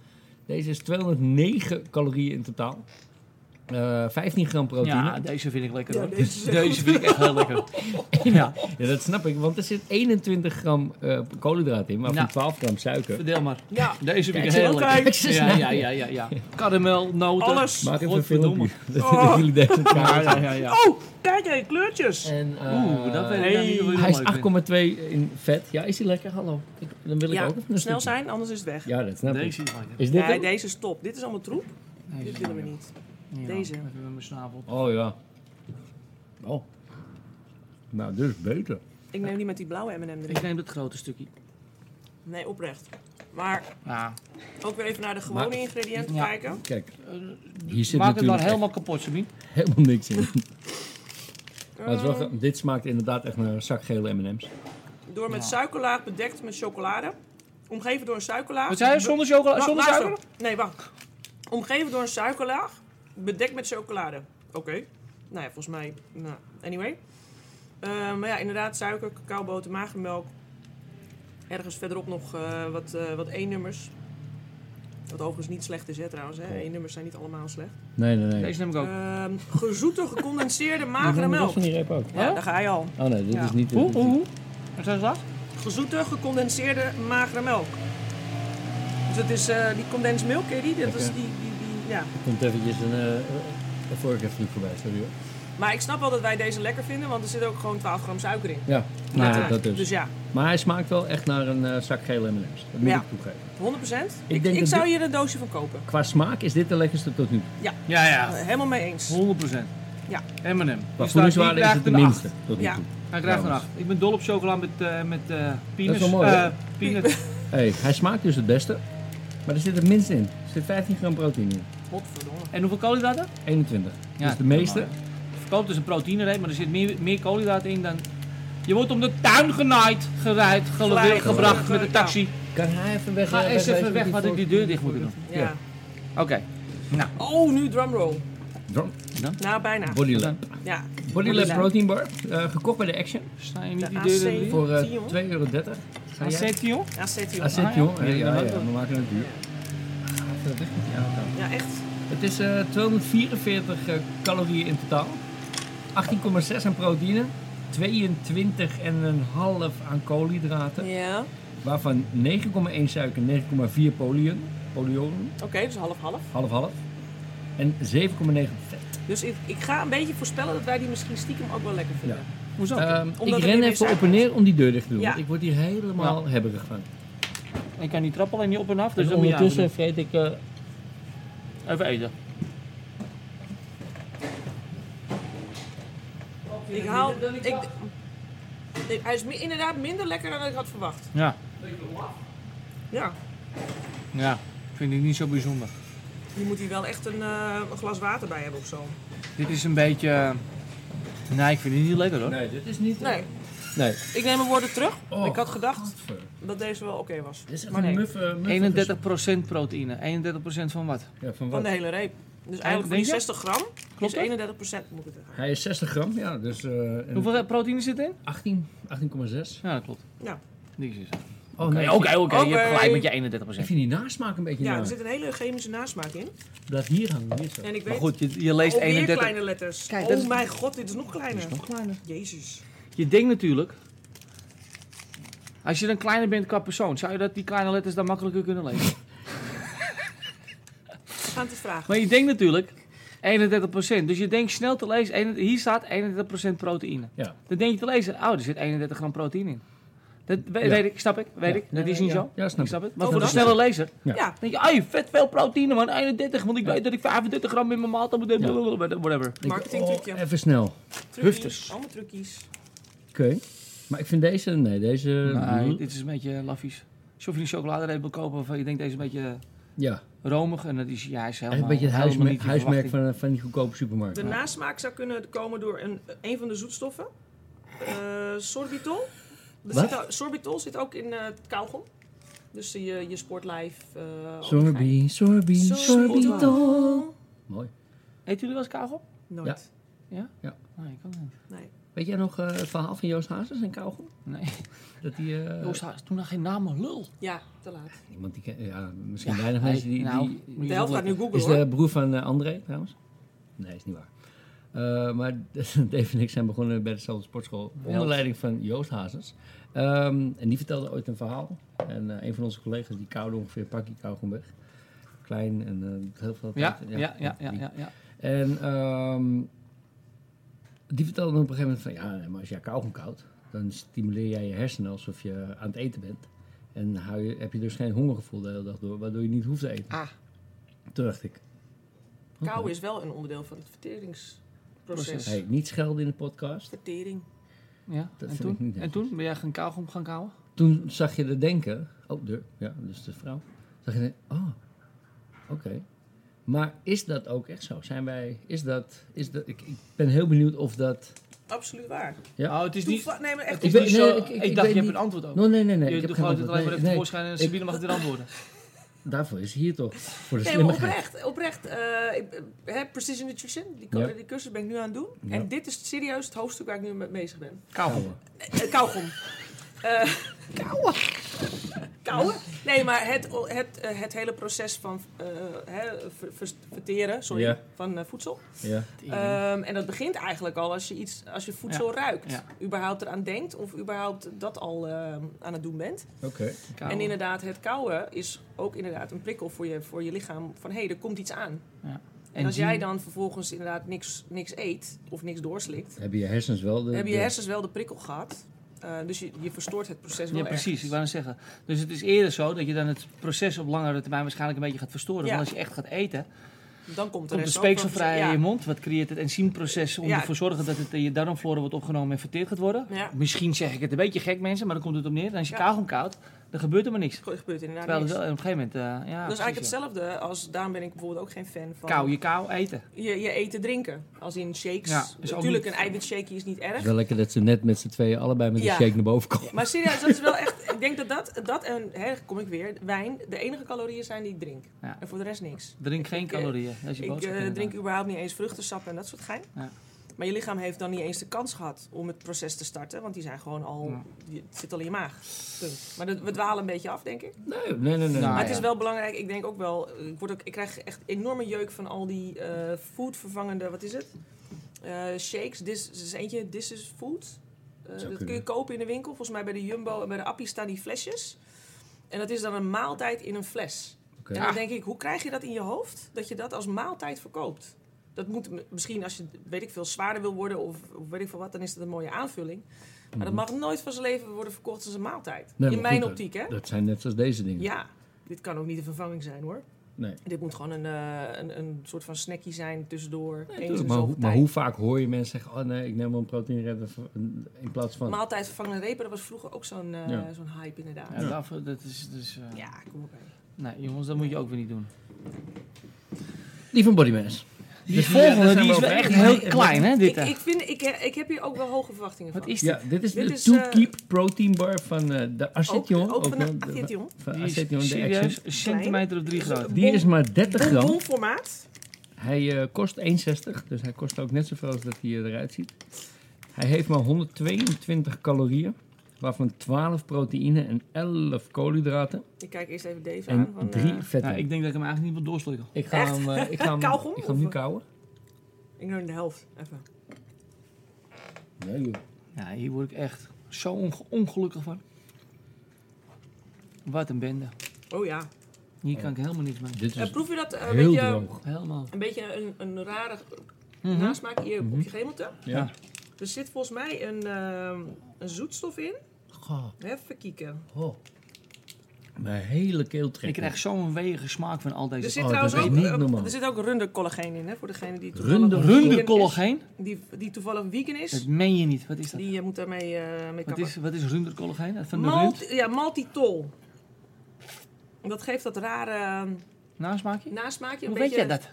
S3: Deze is 209 calorieën in totaal. Eh 15 gram proteïne.
S1: Ja,
S3: Ja,
S1: deze vind ik lekker
S2: Ja,
S1: hoor.
S2: deze is echt
S1: Deze vind ik echt heel lekker. Ja,
S3: dat snap ik. Want er zit 21 gram eh koolhydraten in, maar van
S1: Nou.
S3: 12 gram suiker.
S1: verdeel maar.
S2: Ja,
S1: Deze vind ik
S3: Kijk,
S1: heel
S2: oké.
S1: lekker.
S3: Kijk, ze
S1: Ja,
S3: snijden.
S1: ja, ja, ja, ja. Karamel, noten.
S2: alles.
S3: Maak even een
S1: Godverdomme. Oh.
S3: filmpje. Dat jullie deze
S1: Ja,
S3: kaart
S1: ja, ja, ja.
S2: Oh, kijk hé, kleurtjes.
S3: En, eh,
S1: Oeh, dat weet ik nou niet of ik
S3: Hij
S1: heel
S3: is
S1: leuk vind.
S3: 8,2 in vet. Ja, is hij lekker? Hallo. Ik, dan wil ik
S2: Ja,
S3: ook even een
S2: snel
S3: stukje.
S2: zijn, anders is het weg.
S3: Ja, dat snap ik.
S1: Deze is lekker.
S3: Is dit
S2: Nee,
S3: hem?
S2: deze is top. Dit is allemaal troep.
S1: Deze
S2: Dit
S1: is
S2: willen we
S1: lekker.
S2: niet.
S1: Ja,
S2: Deze.
S1: Even met mijn snavel.
S3: Oh ja. Oh. Nou, dit is beter.
S2: Ik neem die met die blauwe M&M
S1: Ik
S2: erin.
S1: neem dat grote stukje.
S2: Nee, oprecht. Maar
S1: Ja.
S2: ook weer even naar de gewone
S3: Maar-
S2: ingrediënten
S1: Ja.
S2: kijken.
S3: Kijk, hier zit
S1: Eh, Maak het maar
S3: natuurlijk helemaal...
S1: helemaal kapot, Sabine.
S3: helemaal niks in. Maar het is wel
S2: Eh,
S3: ge- dit smaakt inderdaad echt naar een zak gele M&M's.
S2: door met suikerlaag bedekt met chocolade. Omgeven door een suikerlaag.
S1: Wat zei je? Zonder, chocola,
S2: Wacht,
S1: zonder
S2: laatste.
S1: suiker?
S2: Nee, wacht. Omgeven door een suikerlaag, bedekt met chocolade. Oké. Nou ja, volgens mij. Nou, anyway. Eh, maar ja, inderdaad, suiker, cacaoboter, magermelk. Ergens verderop nog eh, wat, eh wat E-nummers. Wat overigens niet slecht is, hè, trouwens. hè. E-nummers zijn niet allemaal slecht.
S3: Nee, nee, nee.
S1: Deze neem ik ook.
S2: Ehm, gezoete, gecondenseerde,
S3: Dat
S2: magere melk.
S3: van die reep ook.
S2: Ja, daar ga je al.
S3: Oh nee, dit
S1: Ja.
S3: is niet...
S1: Hoe? Hoe? Hoe? Wat zijn ze dat?
S2: Gezoete, gecondenseerde, magere melk. Dus dat is eh, die condensed milk, ken je die? Dat is die,
S3: Lekker.
S2: die, die, ja.
S3: Komt eventjes een... eh, eh, vorige keer vlieg voorbij, sorry hoor.
S2: Maar ik snap wel dat wij deze lekker vinden, want er zit ook gewoon 12 gram suiker in.
S3: Ja,
S2: Nou,
S3: nou, dat dus.
S2: Dus ja, 100%.
S3: Maar hij smaakt wel echt naar een eh, zak gele M&M's. Dat moet
S2: Ja.
S3: ik toegeven.
S2: Ik, ik,
S3: denk dat
S2: zou
S3: dit-
S2: hier een doosje van kopen.
S3: Qua smaak is dit de lekkerste tot nu toe.
S1: Ja,
S2: Eh,
S1: ja.
S2: helemaal mee eens.
S1: 100%.
S2: Ja.
S1: M&M.
S3: Qua
S1: Die staat- die
S3: voedingswaarde is
S1: krijgt
S3: het de
S1: een acht.
S3: minste tot nu
S2: Ja.
S3: toe.
S1: Hij krijgt een
S3: Trouwens.
S1: 8. Ik ben dol op chocola met, eh met eh peanuts.
S3: wel mooi, hè?
S1: Eh, peanut.
S3: Hey, hij smaakt dus het beste, maar er zit het minste in. Er zit 15 gram proteïne in.
S2: Godverdomme.
S1: En hoeveel koolhydraten?
S3: 21.
S1: Ja,
S3: dus de meeste.
S1: normaal, hè. Verkoopt dus een proteïne, maar er zit meer, meer koolhydraten in dan Je wordt om de tuin genaaid, gerijd,
S2: Geleid,
S1: gele- gebracht met de
S2: ja.
S1: taxi.
S3: Kan hij even weg?
S1: Ga eens even weg, want ik die deur dicht moet doen.
S2: Ja.
S3: Ja.
S1: Oké. Nou,
S2: Oh, nu drumroll.
S3: Drum.
S2: Nou, bijna.
S3: Bodylab.
S2: Ja.
S3: Bodylab Protein Bar. eh, gekocht bij de Action.
S1: sta je niet
S2: De
S1: die deur
S2: AC.
S1: dicht?
S3: Voor eh, 2,30
S2: 10, hoor.
S3: euro.
S1: Aan zet joh?
S2: Acetion.
S3: Asset,
S1: Ah,
S3: joh.
S1: ja.
S3: Ja, ja, ja,
S1: Ja.
S3: we maken het duur. Ga even weg met die auto.
S2: Ja, echt.
S3: Het is eh, 244 eh, calorieën in totaal. 18,6 aan proteïne. 22,5 aan koolhydraten.
S2: Ja.
S3: Waarvan 9,1 suiker, 9,4 polyen. Polyoren,
S2: Oké, dus half-half.
S3: half-half. En 7,9 vet.
S2: Dus ik, ik ga een beetje voorspellen dat wij die misschien stiekem ook wel lekker vinden.
S1: Hoezo?
S3: Ehm, ik
S2: Omdat er
S3: ren
S2: weer
S3: even
S2: meer
S3: op en neer om die deur dicht te doen.
S2: Ja.
S3: Want ik word hier helemaal hebberig van.
S1: ik kan niet trappen en niet op en af, dus
S3: Dus
S1: dat moet je
S3: ondertussen vreet ik... eh,
S1: aandoen. Even eten.
S2: Ik haal... Ik, ik- hij is mi- inderdaad minder lekker dan ik had verwacht.
S1: Ja,
S2: Ja.
S1: ja. Vind ik niet zo bijzonder.
S2: Je moet hier wel echt een, eh, een glas water bij hebben of zo.
S1: Dit is een beetje... eh, Nee, ik vind het niet lekker hoor.
S3: nee, dit is niet...
S2: Nee,
S3: nee.
S2: ik neem mijn woorden terug.
S3: Oh,
S2: ik had gedacht
S3: Godver.
S2: dat deze wel oké was.
S3: Dit is echt
S2: Maar
S3: een
S2: nee,
S3: muffe, muffe
S1: 31% proteïne. 31% van wat?
S3: Ja, van
S2: van
S3: wat?
S2: de hele reep. Dus eigenlijk van die
S1: Deze?
S2: 60 gram
S1: Klopt
S2: is
S1: dat?
S2: 31 moet ik het zeggen.
S3: Hij is 60 gram, ja. Dus, eh, een-
S1: Hoeveel proteïne zit erin?
S3: 18, 18,6.
S1: Ja, dat klopt.
S2: Ja.
S1: Niks is het.
S3: Oh,
S1: Oké,
S3: nee,
S1: oké, oké. Je hebt
S2: Oké.
S1: gelijk met
S3: Ik
S1: je 31%.
S3: vind die nasmaak een beetje
S2: Ja, dus-
S3: naar.
S2: er zit een hele chemische nasmaak in.
S3: Blijf hier hangen, hier zo.
S2: En ik weet
S1: Maar goed, je, je leest
S2: alweer
S1: 31...
S2: kleine letters.
S1: Kijk,
S2: oh
S1: dat is-
S2: mijn god, dit is nog kleiner.
S1: kleiner.
S2: Jezus.
S1: Je denkt natuurlijk... Als je dan kleiner bent qua persoon, zou je dat die kleine letters dan makkelijker kunnen lezen?
S2: We gaan het eens vragen.
S1: Maar je denkt natuurlijk 31%. Dus je denkt snel te lezen, 31 hier staat 31% proteïne.
S3: Ja.
S1: Dan denk je te lezen, oh, er zit 31 gram proteïne in. Dat we-
S3: Ja.
S1: weet ik, snap ik, weet
S3: Ja.
S1: ik. Dat is niet zo.
S3: Ja,
S1: Ik
S3: snap ik.
S1: snap het. Maar
S2: Oh,
S1: voor de
S2: dat
S1: snelle lezer,
S3: Ja.
S2: Ja.
S1: denk je, ai, vet veel proteïne man, 31. Want ik weet dat ik 35 gram in mijn maaltijd moet hebben,
S3: Ja.
S1: blablabla, whatever.
S3: Ik-
S2: Marketingtrucje.
S3: oh, even snel. Oké.
S1: Hufters.
S2: Trucjes. Allemaal trucjes.
S3: Maar ik vind deze... Nee, deze...
S1: Nee,
S3: Mhm.
S1: dit is een beetje laffies. Alsof je een chocoladereep wil kopen van je denkt deze is een beetje
S3: Ja.
S1: romig en dat is, ja, hij is helemaal
S3: Een beetje het
S1: helemaal
S3: huismerk,
S1: niet je
S3: huismerk
S1: verwachting.
S3: van, van die goedkope supermarkt.
S2: De nasmaak zou kunnen komen door een, een van de zoetstoffen. Eh, sorbitol. Er
S3: Wat?
S2: zit al- sorbitol zit ook in eh, het kauwgom. Dus je, je sportlijf. eh, al die fijn-
S3: Sorbie, sorbie,
S2: Sorbitol.
S3: sorbitol. Mooi.
S1: Eet jullie wel eens kauwgom?
S2: Nooit.
S1: Ja?
S3: Ja.
S1: Nee, ik kan niet.
S2: Nee.
S3: Weet jij nog eh, het verhaal van Joost Hazes en Kauwgom?
S1: Nee.
S3: Dat die... eh
S1: Joost Haas, toen nog geen namen, lul.
S2: Ja, te laat.
S3: Iemand die... ken- Ja, misschien weinig mensen die...
S1: nou,
S3: die
S2: De helft gaat nu googlen
S3: Is
S2: hoor.
S3: de broer van eh, André trouwens? Nee, is niet waar. Eh, maar Dave en ik zijn begonnen bij dezelfde sportschool onder
S1: Helft.
S3: leiding van Joost Hazes. Ehm, en die vertelde ooit een verhaal. En eh, een van onze collega's die koude ongeveer een pakje kauwgom weg. Klein en eh, heel veel
S1: Ja,
S3: tijd.
S1: ja, ja, ja, ja.
S3: die.
S1: ja, ja.
S3: En ehm, die vertelde me op een gegeven moment van... Ja, nee, maar als jij kauwgom koudt, dan stimuleer jij je hersenen alsof je aan het eten bent. En hou je, heb je dus geen hongergevoel de hele dag door, waardoor je niet hoeft te eten.
S2: Ah.
S3: Toen dacht ik...
S2: Kou is wel een onderdeel van het verteringsproces.
S1: Proces.
S3: Hey, niet schelden in de podcast.
S2: Vertering.
S1: Ja,
S3: Dat
S1: en
S3: vind ik
S1: toen?
S3: niet netjes.
S1: en toen ben jij gaan kauwgom gaan kauwen?
S3: Toen zag je er denken. Oh, de, ja, dus de vrouw. Zag je denken, oh, oké. Maar is dat ook echt zo? Zijn wij, is dat, is dat, ik, ik ben heel benieuwd of dat.
S2: Absoluut waar.
S3: Ja.
S1: Oh, het is niet...
S2: Toeval, nee, maar echt.
S1: Het is
S3: Ik
S1: niet
S3: weet- nee,
S1: zo...
S3: ik- ik-
S1: Ik,
S3: ik
S1: dacht,
S3: weet
S1: je hebt
S3: niet.
S1: een antwoord ook.
S3: No, nee, nee, nee.
S1: je
S3: ik heb
S1: doet
S3: geen
S1: gewoon het alleen maar
S3: antwoord.
S1: even
S3: Nee,
S1: tevoorschijn en Sabine mag het weer antwoorden.
S3: nee, Daarvoor is hij hier toch? Voor de
S2: Nee, maar
S3: slimmigheid.
S2: oprecht, oprecht. eh, ik- eh, hè, Precision Nutrition, die, cu-
S3: Ja.
S2: die cursus ben ik nu aan het doen.
S3: Ja.
S2: En dit is serieus het hoofdstuk waar ik nu mee bezig ben.
S1: Kauwgom.
S2: Eh, kauwgom. Eh kauwen. Kauwen? Nee, maar het, o- het, eh, het hele proces van eh, hè, ver- ver- verteren sorry,
S3: Ja.
S2: van eh, voedsel.
S3: Ja.
S2: Ehm, en dat begint eigenlijk al als je, iets, als je voedsel ruikt.
S1: Ja.
S2: überhaupt eraan denkt of überhaupt dat al ehm, aan het doen bent.
S3: Oké.
S1: Kauwen.
S2: En inderdaad, het kauwen is ook inderdaad een prikkel voor je, voor je lichaam. Van, hé, er komt iets aan. En als
S1: zien-
S2: jij dan vervolgens inderdaad niks, niks eet of niks doorslikt...
S3: Hebben je hersens wel de.
S2: hebben je
S3: de-
S2: hersens wel de prikkel gehad. Eh, dus je, je verstoort het proces dus wel
S1: Ja, precies.
S2: ergens.
S1: Ik wou net zeggen. Dus het is eerder zo dat je dan het proces op langere termijn waarschijnlijk een beetje gaat verstoren.
S2: Ja.
S1: Want als je echt gaat eten,
S2: Dan komt de
S1: komt de
S2: rest ook
S1: speeksel
S2: van-
S1: vrij
S2: ja.
S1: in je mond. Wat creëert het enzymproces om
S2: Ja.
S1: ervoor te zorgen dat het in je darmflora wordt opgenomen en verteerd gaat worden.
S2: Ja.
S1: Misschien zeg ik het een beetje gek mensen, maar dan komt het op neer. En als je
S2: Ja.
S1: kauwgom koudt, Er gebeurt er maar niks.
S2: Gewoon, er gebeurt inderdaad
S1: Terwijl het
S2: niks.
S1: wel op een gegeven moment... eh, ja,
S2: dat is
S1: precies,
S2: eigenlijk
S1: ja.
S2: hetzelfde als, daarom ben ik bijvoorbeeld ook geen fan van
S1: Kou, je kou eten.
S2: je, je eten drinken. Als in shakes.
S1: Ja, is ook
S2: Natuurlijk,
S1: niet-
S2: een eiwitshakeje is niet
S3: Het
S2: erg.
S3: is wel lekker dat ze net met z'n tweeën allebei met een
S2: Ja.
S3: shake naar boven komen.
S2: Maar serieus, dat is wel echt. Ik denk dat dat, dat en hè, kom ik weer, wijn, de enige calorieën zijn die ik drink.
S1: Ja.
S2: En voor de rest niks.
S1: Drink geen
S2: eh,
S1: calorieën. Dat is je
S2: Ik
S1: boodschap.
S2: eh, drink
S1: inderdaad.
S2: überhaupt niet eens vruchtensap en dat soort gein.
S1: Ja.
S2: Maar je lichaam heeft dan niet eens de kans gehad om het proces te starten, want die zijn gewoon al,
S1: Ja.
S2: die- het zit al in je maag. Punt. Maar dat, we dwalen een beetje af, denk ik.
S3: Nee, nee, nee. nee.
S1: Nou,
S2: maar
S1: ja.
S2: het is wel belangrijk, ik denk ook wel, eh, ik, word ook, ik krijg echt enorme jeuk van al die eh foodvervangende, wat is het? Eh, shakes, this, is eentje, this is food. Eh, dat kun je
S3: kunnen.
S2: kopen in de winkel, volgens mij bij de Jumbo en bij de Appie staan die flesjes. En dat is dan een maaltijd in een fles.
S3: Oké.
S2: En dan denk ik, hoe krijg je dat in je hoofd? Dat je dat als maaltijd verkoopt. Dat moet m- misschien als je, weet ik veel, zwaarder wil worden of, of weet ik veel wat, dan is dat een mooie aanvulling. Maar dat mag nooit van zijn leven worden verkocht als een maaltijd.
S3: Mm-hmm. Nee,
S2: in
S3: maar
S2: mijn
S3: goed,
S2: optiek, hè?
S3: Dat zijn net zoals deze dingen.
S2: Ja, dit kan ook niet de vervanging zijn hoor.
S3: Nee.
S2: Dit moet gewoon een, eh, een, een soort van snackie zijn tussendoor. eens in de
S3: maar, hoe,
S2: zoveel
S3: maar
S2: tijd.
S3: hoe vaak hoor je mensen zeggen: Oh nee, ik neem wel een proteïneredder voor- in plaats van.
S2: Maaltijd vervangende repen, dat was vroeger ook zo'n eh,
S3: Ja.
S2: zo'n hype inderdaad.
S1: Ja,
S2: Ja,
S1: daarvoor- dat is dus... eh,
S2: kom op. hè.
S1: Nee, jongens, dat moet je ook weer niet doen.
S3: Die van Bodymass.
S1: Die
S3: Dus die, eh, daar
S1: volgende,
S3: zijn
S1: die is
S3: we
S1: wel
S3: over
S1: echt
S3: eens.
S1: heel
S3: Die-
S1: klein, hè, dit.
S2: Ik,
S1: hè.
S2: ik, vind, ik, he- ik heb hier ook wel hoge verwachtingen
S1: Wat
S2: van.
S1: is dit?
S3: Ja, dit is
S2: Dit
S3: de
S2: is,
S3: Toet
S2: eh,
S3: Keep Protein Bar van eh, de
S2: Ook,
S3: Acetion.
S2: ook van
S3: wel
S2: de Athetion.
S3: van
S1: Die is
S3: Acetion, de Action.
S1: serieus een centimeter of drie groot.
S3: Die is maar 30 gram.
S2: formaat.
S3: Hij eh, kost 1,60. Dus hij kost ook net zoveel als dat hij eh, eruit ziet. Hij heeft maar 122 calorieën. Waarvan 12 proteïne en 11 koolhydraten.
S2: Ik kijk eerst even Dave aan.
S3: En
S2: van,
S3: 3
S2: eh,
S3: vetten.
S1: Nou, ik denk dat ik hem eigenlijk niet wil doorslikken.
S3: Ik ga
S2: Echt?
S3: hem, eh, ik ga hem,
S2: Kauwgom,
S3: ik ga hem nu
S2: of-
S3: kauwen.
S2: ik neem de helft even.
S3: Nee, joh.
S1: Ja, Nou, hier word ik echt zo onge- ongelukkig van. Wat een bende.
S2: Oh ja.
S1: Hier kan ik helemaal niks mee.
S3: Dit
S2: Eh,
S3: is
S2: proef je dat eh, een
S3: heel
S2: beetje,
S3: droog.
S1: Helemaal.
S2: een beetje een, een rare
S1: Mhm.
S2: nasmaak hier op je gemelte?
S1: Ja.
S2: Er zit volgens mij een, ehm, een zoetstof in.
S3: Goh,
S2: Even kieken.
S3: oh. Mijn hele keel trekt.
S1: Ik krijg zo'n wege smaak van al
S2: Er
S1: deze...
S2: zit
S3: Oh, dat
S2: trouwens
S3: is
S2: ook,
S3: niet
S2: eh,
S3: normaal.
S2: er zit ook rundercollageen in, hè, voor degene die
S3: Runder-
S2: toevallig vegan
S1: Rundercollageen?
S2: is. Die, die toevallig vegan
S1: Dat
S2: is,
S1: meen je niet. Wat is dat?
S2: die eh, moet daarmee eh mee
S1: Wat
S2: kappen.
S1: is, wat is rundercollageen? Van de rund?
S2: Malt, ja, maltitol. Dat geeft dat rare ehm,
S1: Nasmaakje?
S2: nasmaakje. Een
S1: Hoe weet
S2: beetje,
S1: jij dat?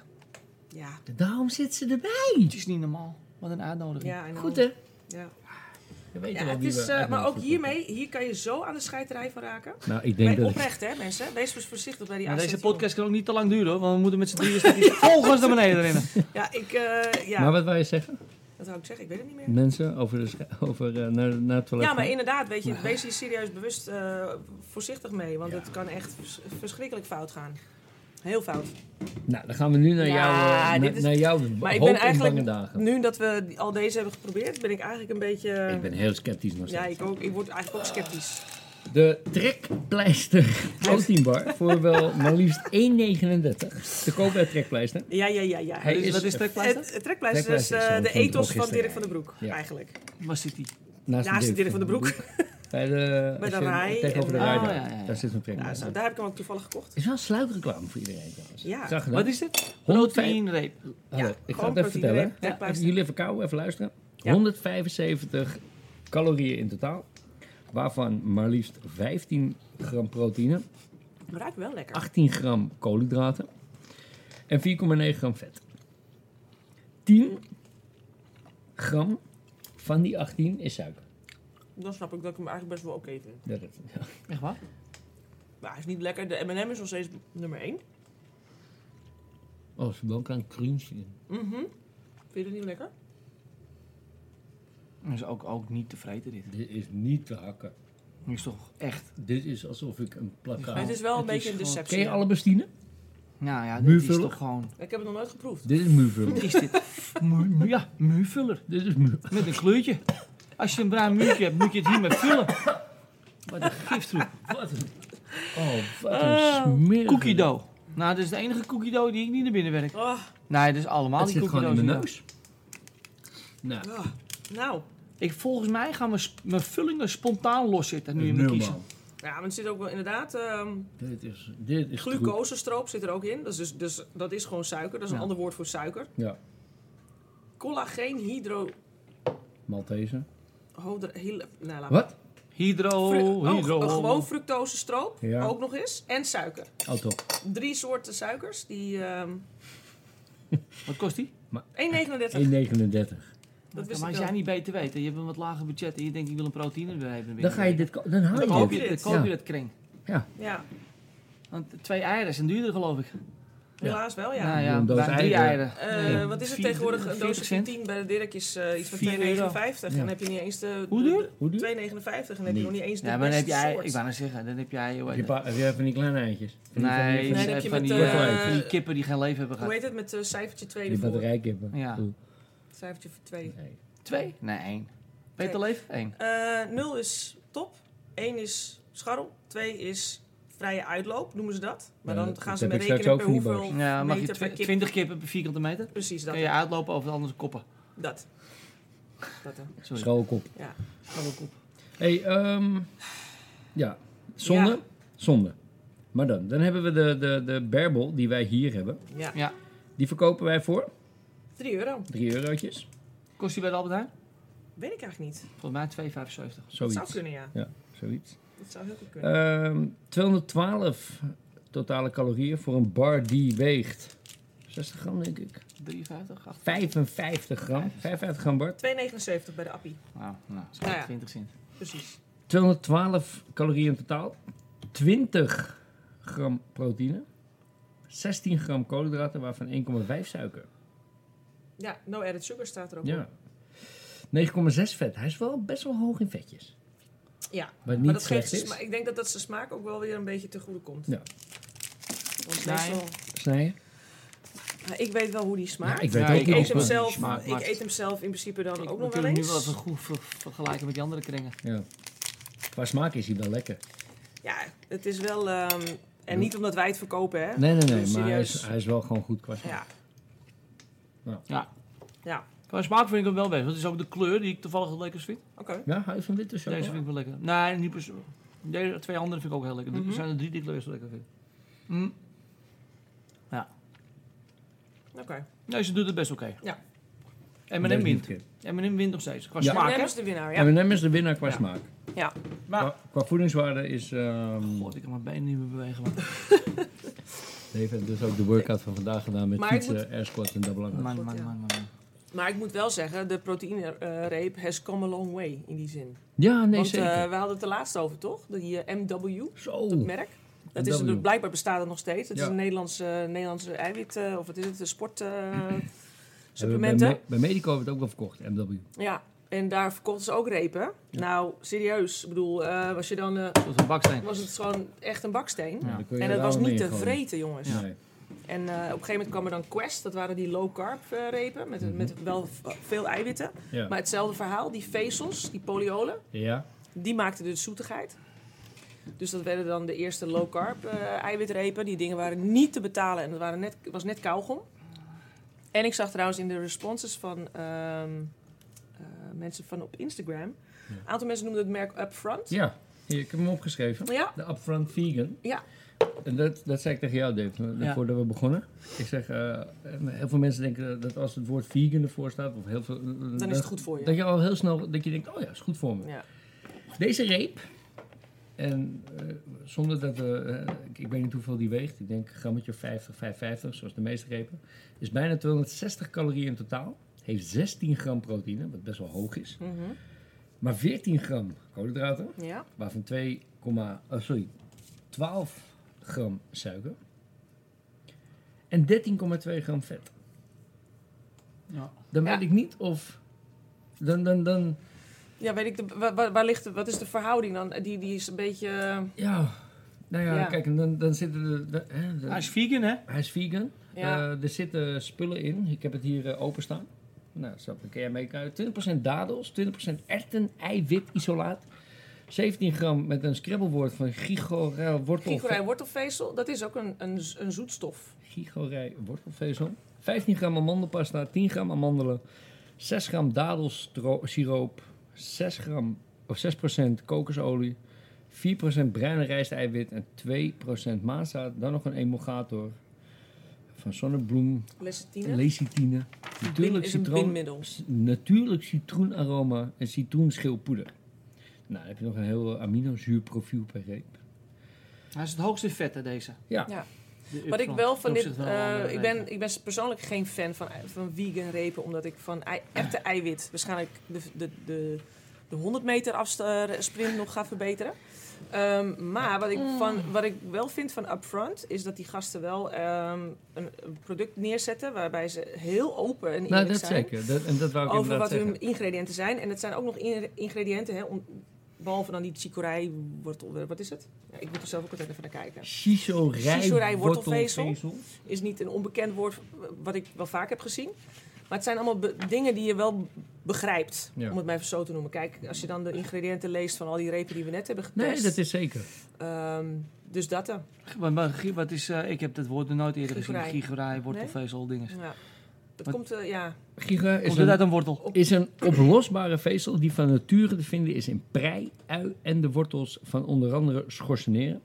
S2: Ja.
S3: Daarom zit ze erbij.
S1: Het is niet normaal. Wat een uitnodiging.
S2: ja I know.
S3: Goed hè?
S2: Ja.
S3: Je weet
S2: Ja,
S3: wel
S2: het
S3: wie
S2: is,
S3: we
S2: eh,
S3: uitnodigen.
S2: maar ook hiermee, hier kan je zo aan de scheiterij van raken.
S3: Nou, ik denk
S2: Nee,
S3: dat.
S2: oprecht hè mensen, wees dus voorzichtig bij die
S1: Maar deze
S2: aanzetting.
S1: podcast kan ook niet te lang duren hoor, want we moeten met z'n drieën stukjes volgens naar beneden rennen.
S2: Ja, ik, eh, ja,
S3: Maar wat wil je zeggen?
S2: dat wou ik zeggen, ik weet het niet meer.
S3: Mensen over, de sch- over eh, naar, naar het toilet.
S2: Ja, maar
S3: gaan?
S2: inderdaad, weet je, wees hier serieus bewust eh, voorzichtig mee. Want het kan echt vers- verschrikkelijk fout gaan. Heel fout.
S3: Nou, dan gaan we nu naar
S2: Ja,
S3: jouw,
S2: dit
S3: naar,
S2: is-
S3: naar jouw
S2: Maar ik
S3: hoop
S2: ben
S3: en bange
S2: eigenlijk,
S3: dagen.
S2: nu dat we die- al deze hebben geprobeerd, ben ik eigenlijk een beetje... eh,
S3: Ik ben heel sceptisch nog
S2: ja,
S3: steeds.
S2: ik, ook, ik word eigenlijk ook sceptisch.
S3: De trekpleister proteinbar voor wel maar liefst 1,39. Te koop bij trekpleister.
S2: Ja, ja, ja, ja. Dus
S3: Hij
S1: Wat is-
S3: is-
S1: wat is trekpleister?
S2: Het, het trekpleister is
S3: Trekpleister is
S2: eh,
S3: zo'n
S2: de
S3: van
S2: ethos
S3: Broek
S2: van Dirk van
S3: gisteren.
S2: den Broek,
S3: Ja.
S2: eigenlijk.
S1: Waar zit die?
S3: Naast,
S2: Naast Dirk van den Broek.
S3: Bij de,
S2: Bij de
S3: als je
S2: rij
S3: Tegenover de
S2: en-
S3: rij.
S1: Oh,
S3: daar.
S1: ja, ja, ja.
S3: Daar zit een
S2: Ja,
S3: trekpleister.
S2: zo, Nou, daar heb ik hem ook toevallig gekocht.
S3: Het is wel een sluikreclame voor iedereen trouwens.
S2: Ja.
S3: Zag je dat?
S1: Wat is dit?
S3: 105
S1: Proteïnreep.
S3: Hallo,
S2: Ja,
S3: ik ga
S2: gewoon
S3: het
S2: proteïne,
S3: even vertellen.
S2: hè?
S3: Ja,
S2: Trekpleister.
S3: jullie even kauwen, even luisteren.
S2: Ja.
S3: 175 calorieën in totaal. Waarvan maar liefst 15 gram proteïne,
S2: Ruikt wel lekker.
S3: 18 gram koolhydraten en 4,9 gram vet. 10 gram van die 18 is suiker.
S2: Dan snap ik dat ik hem eigenlijk best wel oké vind.
S3: Dat is, ja.
S1: Echt waar?
S2: Maar hij is niet lekker. De M&M is nog steeds nummer 1.
S3: Oh, ze ook aan crunchen.
S2: Mhm. Vind je dat niet lekker?
S1: Dat is ook, ook niet tevreden dit.
S3: Dit is niet te hakken.
S1: Dit is toch echt...
S3: Dit is alsof ik een
S2: Maar
S3: plakkaat...
S2: het is wel een
S1: Het is
S2: beetje een
S1: gewoon-
S2: deceptie.
S3: Ken je
S2: ja.
S3: alle bestine?
S1: Nou ja, dit is
S3: Muurvuller?
S1: toch gewoon...
S2: Ik heb het nog nooit geproefd.
S3: Dit is muurvuller.
S1: Wat is dit? Mu- mu- ja, muurvuller.
S3: Dit is muur.
S1: Met een kleurtje. Als je een bruin muurtje hebt, moet je het hiermee vullen. Wat een giftroep.
S3: Wat een... Oh, wat een
S1: Oh.
S3: smerige-
S1: Cookie dough. Nou, dat is de enige cookie dough die ik niet naar binnen werk.
S2: Ah,
S1: Nee, dat is allemaal
S3: Het
S1: die
S3: zit
S1: cookie
S3: gewoon in
S1: doughs
S3: mijn
S1: nu.
S3: neus. Nou,
S2: ah. Nou,
S1: Ik, volgens mij gaan mijn, sp- mijn vullingen spontaan loszitten nu in mijn
S3: nul,
S1: kiezen.
S3: man.
S2: ja, maar er zit ook wel inderdaad ehm
S3: Dit is, dit is troep.
S2: glucosestroop zit er ook in. Dat is, dus, dus, dat is gewoon suiker. Dat is een
S1: Ja.
S2: ander woord voor suiker.
S3: Ja,
S2: Collageen hydro...
S3: Maltese.
S2: Hodre, heel, nou, laat maar.
S3: Wat?
S1: Hydro,
S2: Fru- oh,
S1: hydro.
S2: eh, gewoon fructose stroop,
S3: Ja.
S2: ook nog eens. En suiker.
S3: Oh, top.
S2: Drie soorten suikers. Die ehm,
S1: Wat kost die?
S2: 1,39.
S3: 1,39.
S2: Dat
S1: Ja,
S2: wist
S1: maar
S2: ik
S1: als jij
S2: wel.
S1: niet beter weet, hè, je hebt een wat lager budget en je denkt ik wil een proteïne erbij hebben.
S3: Dan ga je dit... ko- Dan haal
S1: dan
S3: je
S1: koop
S3: dit.
S1: je dit,
S2: dit.
S1: dan koop je
S3: Ja.
S1: dat kring.
S2: Ja,
S1: Want twee eieren zijn duurder geloof ik.
S2: helaas wel ja.
S1: nou,
S3: Een
S1: ja
S3: doos
S1: bij drie
S3: eieren.
S1: eieren.
S2: Eh,
S1: Ja.
S2: Wat is het
S1: Vier-
S2: tegenwoordig? Een
S1: 40
S2: doosje van
S1: cent.
S2: 10 bij de Dirk is eh, iets van 2,59.
S1: Vier euro.
S2: En
S3: Ja.
S2: dan heb je niet eens de...
S1: Hoe duur?
S3: Hoe duur?
S2: 2,59 en dan heb je
S3: Nee.
S2: nog niet eens de
S1: Ja, maar dan heb
S2: beste
S1: je eieren,
S2: soort.
S1: ik wou net zeggen, dan heb jij...
S3: Heb je pa- heb jij van die kleine eitjes? Van die- van die-
S1: Nee,
S3: van die-
S2: dan heb je
S1: van
S2: met,
S1: die,
S3: eh,
S1: eh, van die kippen die geen leven hebben
S2: Hoe
S1: gehad.
S2: heet het met eh, cijfertje 2
S3: Die
S2: ervoor?
S3: batterijkippen.
S1: Ja.
S3: Oeh.
S2: Cijfertje voor 2.
S3: Nee.
S1: Twee? Nee, één. Peter
S2: Twee.
S1: Leef? Eén.
S2: 0 Eh, is top. 1 is scharrel. 2 is vrije uitloop, noemen ze dat. Maar
S3: Ja,
S2: dan
S3: dat-
S2: gaan
S3: dat
S2: ze
S3: heb
S2: met
S3: ik straks
S2: rekenen
S3: ook
S2: per
S3: van die
S2: hoeveel
S1: Ja, mag je
S2: meter per
S1: twi-
S2: kip.
S1: 20 kippen per vierkante meter?
S2: Precies, dat.
S1: Kun je
S2: hè.
S1: uitlopen over de andere koppen.
S2: Dat. Dat, eh, hè.
S1: Sorry.
S3: Schoolkop.
S2: Ja.
S1: Scharrelkop.
S3: Hey, ehm, ja, zonde.
S2: Ja.
S3: Zonde. Maar dan, dan hebben we de, de, de berbel die wij hier hebben.
S2: Ja.
S1: Ja.
S3: Die verkopen wij voor
S2: 3 euro.
S3: 3 eurotjes.
S1: Kost die bij de Albert Heijn?
S2: Weet ik eigenlijk niet.
S1: Volgens mij 2,75.
S2: Dat zou
S3: Zoiets.
S2: kunnen, ja.
S3: Zoiets.
S2: Dat zou heel goed
S1: Eh.
S2: kunnen.
S3: Ehm 212 totale calorieën voor een bar die weegt 60 gram, denk ik.
S1: 53? 8?
S3: 55 gram. 55 gram bar.
S2: 2,79 bij de appie.
S1: Nou, nou,
S2: Nou ja.
S1: 20 cent.
S2: Precies.
S3: 212 calorieën in totaal. 20 gram proteïne. 16 gram koolhydraten, waarvan 1,5 suiker.
S2: Ja, no added sugar staat er ook op.
S3: Ja. 9,6 vet. Hij is wel best wel hoog in vetjes.
S2: Ja.
S3: Wat niet
S2: Maar dat geeft
S3: slecht
S2: zijn
S3: is.
S2: smaak. Ik denk dat dat zijn smaak ook wel weer een beetje te goede komt.
S3: Ja.
S2: Want
S1: Nee.
S2: meestal...
S3: Snijden.
S2: Ja, ik weet wel hoe die
S3: Ja,
S2: smaakt.
S3: ik weet
S1: Ja,
S3: ook
S1: ik
S2: Ik
S3: niet
S2: eet,
S3: of
S2: hem
S3: het-
S2: zelf,
S1: smaak
S2: ik
S1: maakt.
S2: eet hem zelf in principe dan
S1: Ik
S2: ook
S1: moet
S2: nog wel
S1: hem
S2: eens.
S1: nu wel even goed ver- vergelijken met die andere kringen.
S3: Ja. Qua smaak is hij wel lekker.
S2: Ja, het is wel. ehm, en niet omdat wij het verkopen, hè?
S3: Nee, nee,
S2: Ik
S3: nee.
S2: bedoel,
S3: Maar hij
S2: serieus.
S3: is, hij is wel gewoon goed qua smaak.
S2: Ja,
S1: Ja.
S2: ja.
S1: Qua smaak vind ik hem wel best. Dat is ook de kleur die ik toevallig het lekkerst vind.
S2: oké.
S3: Ja, hou je van witte
S1: Deze
S3: chocola?
S1: vind ik wel lekker. Nee, niet persoon. Deze twee andere vind ik ook heel lekker.
S2: Mhm.
S1: Er zijn er drie die ik het lekkerst lekker vind. Mm.
S2: Oké.
S1: Nee, ze doet het best oké.
S2: Ja.
S1: En M&M wint.
S3: Definitief.
S1: M&M wint nog steeds. Qua
S3: Ja.
S1: smaak,
S2: M&M
S1: hè?
S2: is de winnaar, ja.
S3: M&M is de winnaar qua
S1: Ja.
S3: smaak.
S1: Maar...
S3: Qua, qua voedingswaarde is... ehm
S1: God, Oh, ik kan mijn benen niet meer bewegen. man.
S3: Dave heeft dus ook de workout van vandaag gedaan met
S2: Maar ik
S3: fietsen, air squats en double
S1: Man,
S3: unders.
S1: man,
S2: goed,
S1: man,
S2: ja.
S1: man.
S2: Maar ik moet wel zeggen, de proteïnereep has come a long way in die zin.
S3: Ja, nee,
S2: Want eh,
S3: zeker.
S2: we hadden het er laatst over, toch? Die eh, MW,
S3: Zo.
S2: dat merk. Dat is
S3: MW.
S2: er, blijkbaar bestaat het nog steeds. Het
S3: Ja.
S2: is een Nederlandse, Nederlandse eiwit, eh, of wat is het, een sport eh,
S3: Hebben we Bij,
S2: supplementen.
S3: Me- bij Medico hebben we het ook wel verkocht, MW.
S2: Ja, en daar verkochten ze ook repen. Nou, serieus. Ik bedoel, eh, was, je dan, eh,
S1: Dat is een baksteen.
S2: was het gewoon echt een baksteen.
S1: Ja.
S3: Dan kun je
S2: En
S3: er
S2: dat was
S3: allemaal
S2: niet
S3: in
S2: te
S3: gooien.
S2: vreten, jongens.
S3: Nee.
S2: En eh, op een gegeven moment kwam er dan Quest. Dat waren die low-carb eh, repen. Met,
S3: Mhm.
S2: met wel v- veel eiwitten.
S3: Ja.
S2: Maar hetzelfde verhaal. Die vezels, die polyolen,
S3: ja.
S2: die maakten de zoetigheid. Dus dat werden dan de eerste low-carb eh, eiwitrepen. Die dingen waren niet te betalen. En het waren net, was net kauwgom. En ik zag trouwens in de responses van ehm, eh, mensen van op Instagram... Een
S3: Ja.
S2: aantal mensen noemden het merk Upfront.
S3: Ja, hier, ik heb hem opgeschreven.
S2: Ja,
S3: De Upfront Vegan.
S2: Ja.
S3: En dat, dat zei ik tegen jou, Dave, eh,
S1: Ja.
S3: voordat we begonnen. Ik zeg, eh, heel veel mensen denken dat als het woord vegan ervoor staat, of heel veel... Dan
S2: het goed voor je.
S3: Dat je al heel snel, dat je denkt, oh ja, is goed voor me.
S2: ja.
S3: Deze reep, en eh, zonder dat we, eh, ik, ik weet niet hoeveel die weegt, ik denk een grammetje of 50, 550, zoals de meeste repen, is bijna 260 calorieën in totaal. Heeft 16 gram proteïne, wat best wel hoog is,
S2: Mhm.
S3: maar 14 gram koolhydraten
S2: ja.
S3: waarvan 2, oh, sorry, 12 gram suiker en 13,2 gram vet.
S1: Ja.
S3: Dan
S2: Ja.
S3: weet ik niet of. Dan, dan, dan,
S2: Ja, weet ik, de, wa- wa- waar, ligt de, wat is de verhouding dan? Die, die is een beetje... eh,
S3: ja. Nou ja,
S2: Ja.
S3: kijk, en dan, dan zitten er. de- hè, de-
S1: Hij is vegan, hè?
S3: hij is vegan.
S2: Ja.
S3: Eh, er zitten spullen in. Ik heb het hier eh, openstaan. Nou, snap, dan kun jij meekijken. 20% dadels, 20% erten, eiwit, isolaat. 17 gram met een scribbelwoord van gigorel wortel.
S2: Gigerij wortelvezel, dat is ook een, een, z- een zoetstof.
S3: Gigorij wortelvezel. 15 gram amandelpasta, 10 gram amandelen, 6 gram dadelsiroop, 6 gram of 6% kokosolie, 4% bruine rijsteiwit en 2% masa. Dan nog een emulgator van zonnebloem,
S2: Lecitine.
S3: lecithine,
S2: Bin-
S3: natuurlijk
S2: is een
S3: citroen,
S2: bindmiddel.
S3: s- natuurlijk citroenaroma en citroenschilpoeder. Nou, dan heb je nog een heel aminozuurprofiel per reep.
S1: Hij is het hoogste in vetten, deze.
S3: Ja.
S2: Ja.
S1: De
S2: Wat ik
S1: upfront.
S2: wel
S1: Ten
S2: van dit.
S1: opzichte van alle
S2: eh,
S1: andere
S2: ik,
S1: repen.
S2: ben, ik ben persoonlijk geen fan van, van vegan repen, omdat ik van ei, echte eiwit waarschijnlijk de, de, de, de 100 meter afst- eh, sprint nog ga verbeteren. Ehm, maar wat ik, van, wat ik wel vind van Upfront is dat die gasten wel ehm, een, een product neerzetten waarbij ze heel open en
S3: Nou,
S2: eerlijk
S3: dat
S2: zijn
S3: zeker. Dat, en dat wou ik
S2: over
S3: inderdaad
S2: wat
S3: zeggen.
S2: hun ingrediënten zijn. En het zijn ook nog in- ingrediënten, hè, om- behalve dan die chicorij wortel, eh, wat is het? Ja, ik moet er zelf ook altijd even naar kijken.
S3: Shisorij
S2: Shisorij wortelvezel.
S3: wortelvezel.
S2: is niet een onbekend woord wat ik wel vaak heb gezien. Maar het zijn allemaal be- dingen die je wel begrijpt,
S3: Ja.
S2: om het maar even zo te noemen. Kijk, als je dan de ingrediënten leest van al die repen die we net hebben getest.
S3: Nee, dat is zeker.
S2: Ehm, dus dat dan.
S1: Maar, maar Gie- wat is, eh, ik heb dat woord nog nooit eerder gezien.
S2: Gigerij.
S1: Gigerij, wortelvezel, dingen.
S2: Ja. Dat
S1: Wat-
S2: komt, eh, ja.
S3: Giga is
S1: Komt
S3: een
S1: het uit een wortel?
S3: is een oplosbare vezel die van nature te vinden is in prei, ui en de wortels van onder andere schorseneren,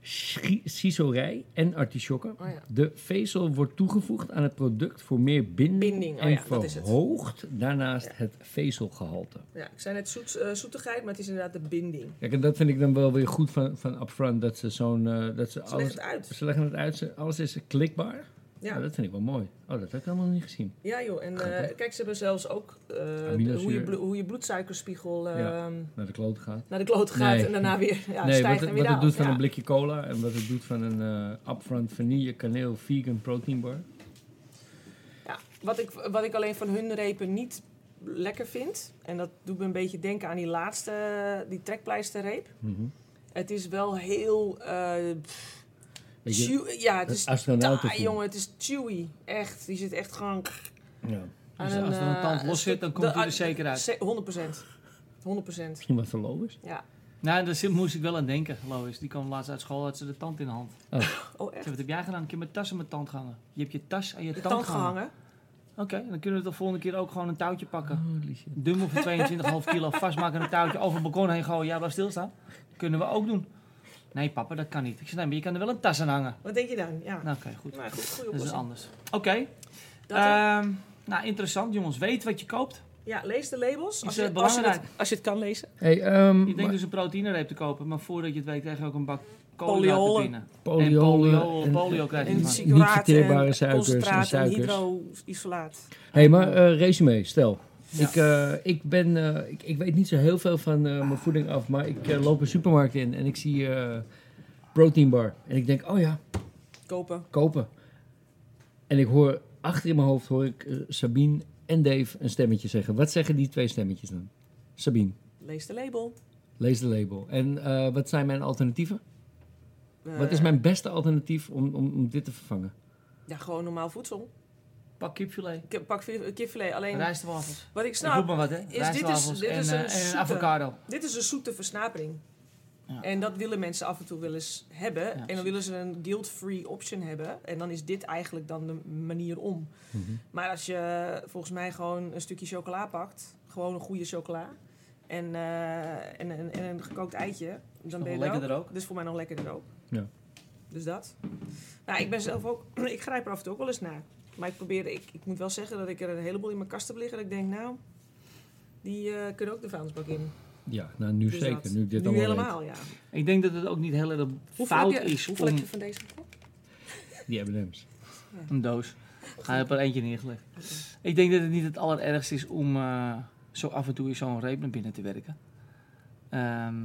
S3: schi- sisorij en artisjokken.
S2: Oh ja.
S3: De vezel wordt toegevoegd aan het product voor meer binding,
S2: Binding, oh
S3: en
S2: ja, dat is het.
S3: verhoogt daarnaast het vezelgehalte.
S2: ja, ik zei net zoet, eh, zoetigheid, maar het is inderdaad de binding.
S3: Kijk, en dat vind ik dan wel weer goed van, van Upfront, dat ze zo'n... eh, dat ze,
S2: Ze legt
S3: alles,
S2: het uit.
S3: ze leggen het uit, ze- alles is klikbaar. Ja.
S2: Ja,
S3: dat vind ik wel mooi. Oh, dat heb ik allemaal niet gezien.
S2: ja joh. En
S3: Gaat,
S2: eh,
S3: hè?
S2: kijk, ze hebben zelfs ook eh,
S3: Aminozuur.
S2: hoe, je blo- hoe je bloedsuikerspiegel eh,
S3: Ja. Naar de klote gaat.
S2: naar de kloot gaat
S3: Nee.
S2: en daarna weer ja,
S3: nee, wat
S2: stijgt
S3: het,
S2: en
S3: wat
S2: weer
S3: het
S2: daalt.
S3: doet van
S2: Ja.
S3: een blikje cola en wat het doet van een eh, upfront vanille kaneel vegan protein bar.
S2: Ja, wat, ik, wat ik alleen van hun repen niet lekker vind, en dat doet me een beetje denken aan die laatste, eh, die trekpleisterreep. Het is wel heel. eh,
S3: Weet je,
S2: chew- ja, het
S3: dat
S2: is
S3: astronautenvoer.
S2: taai, jongen. Het is chewy. Echt. Die zit echt gewoon.
S3: ja,
S2: aan
S1: als er een
S2: eh,
S1: tand los
S2: stuk-
S1: zit, dan komt die
S2: dat-
S1: er zeker uit.
S2: ze- 100%. 100%.
S3: misschien wat voor lovers.
S2: Ja.
S1: Nou, daar zit- moest ik wel aan denken, Lois. Die kwam laatst uit school, had ze de tand in de hand. Ik
S2: Oh, echt.
S1: zei, wat heb jij gedaan? Ik heb mijn tas aan mijn tand gehangen. Je hebt je tas aan je,
S2: De
S1: tand,
S2: tand
S1: gehangen.
S2: gehangen.
S1: Oké, dan kunnen we de volgende keer ook gewoon een touwtje pakken.
S3: Holy shit.
S1: Dummel van 22,5 kilo vastmaken, een touwtje over het balkon heen gooien. Jij blijft stilstaan. Kunnen we ook doen. Nee, papa, dat kan niet. Ik zei, nee, maar je kan er wel een tas aan hangen.
S2: Wat denk je dan? Ja.
S1: Nou, oké, goed.
S2: Maar goed, goede
S1: Dat is
S2: oplossing.
S1: anders. Oké,
S2: Dat, eh,
S1: ehm, nou interessant jongens. Weet wat je koopt.
S2: ja, lees de
S1: eh,
S2: labels. Als je, als, je het,
S1: belangrijk.
S2: als je het kan lezen.
S3: Hey, ehm
S1: Je denkt dus een proteïnereep te kopen, maar voordat je het weet krijg je ook een bak
S2: Polyolen.
S1: koolhydraten binnen.
S3: maar
S1: en
S3: polyolen
S1: polio,
S3: eh, en-
S1: polio krijg je
S2: En
S1: ervan.
S3: zie-
S2: sieraad
S3: verteerbare
S2: en
S3: suikers en
S2: concentraat
S3: suikers.
S2: hydroisolaat.
S3: hey, maar eh, resume, stel.
S1: Ja.
S3: Ik, eh, ik, ben, eh, ik, ik weet niet zo heel veel van eh, mijn voeding af, maar ik eh, loop een supermarkt in en ik zie eh protein bar. En ik denk, oh ja,
S2: Kopen.
S3: kopen. En ik hoor achter in mijn hoofd hoor ik eh, Sabine en Dave een stemmetje zeggen. Wat zeggen die twee stemmetjes dan? Sabine,
S2: Lees de label.
S3: lees de label. En eh, wat zijn mijn alternatieven?
S2: Eh,
S3: Wat is mijn beste alternatief om, om, om dit te vervangen?
S2: Ja, gewoon normaal voedsel.
S1: Pak kipfilet,
S2: Ik pak vi- kipfilet. Alleen,
S1: rijstwafels.
S2: wat ik
S1: Ik roep
S2: snap,
S1: maar wat hè.
S2: dit Nou, is-
S1: Rijstwafels
S2: dit
S1: en,
S2: is een
S1: eh, en
S2: zoete-
S1: avocado.
S2: dit is een zoete versnapering.
S1: Ja.
S2: En dat willen mensen af en toe wel eens hebben. en
S1: precies.
S2: dan willen ze een guilt-free option hebben. En dan is dit eigenlijk dan de manier om.
S3: Mhm.
S2: Maar als je volgens mij gewoon een stukje chocola pakt, gewoon een goede chocola, en, eh, en, en, en een gekookt eitje, dan
S1: nog
S2: ben je
S1: wel
S2: er
S1: lekkerder ook.
S2: ook. Dus voor mij nog lekkerder ook.
S3: Ja.
S2: Dus dat. Nou, ik ben zelf ook, ik grijp er af en toe ook wel eens naar. Maar ik probeer, ik, ik moet wel zeggen dat ik er een heleboel in mijn kast heb liggen. Dat ik denk, nou, die eh, kunnen ook de vuilnisbak in.
S3: Ja, nou nu
S2: Dus
S3: zeker.
S2: dat.
S3: Nu ik dit
S2: nu
S3: allemaal
S2: helemaal, ja.
S1: Ik denk dat het ook niet heel erg
S2: Hoeveel
S1: fout
S2: heb je,
S1: is
S2: hoeveel
S1: om
S2: heb je van deze gekocht?
S3: weet. Die M&M's.
S1: een doos. Ga je er eentje neergelegd. Ik denk dat het niet het allerergste is om eh, zo af en toe in zo'n reep naar binnen te werken. Ehm,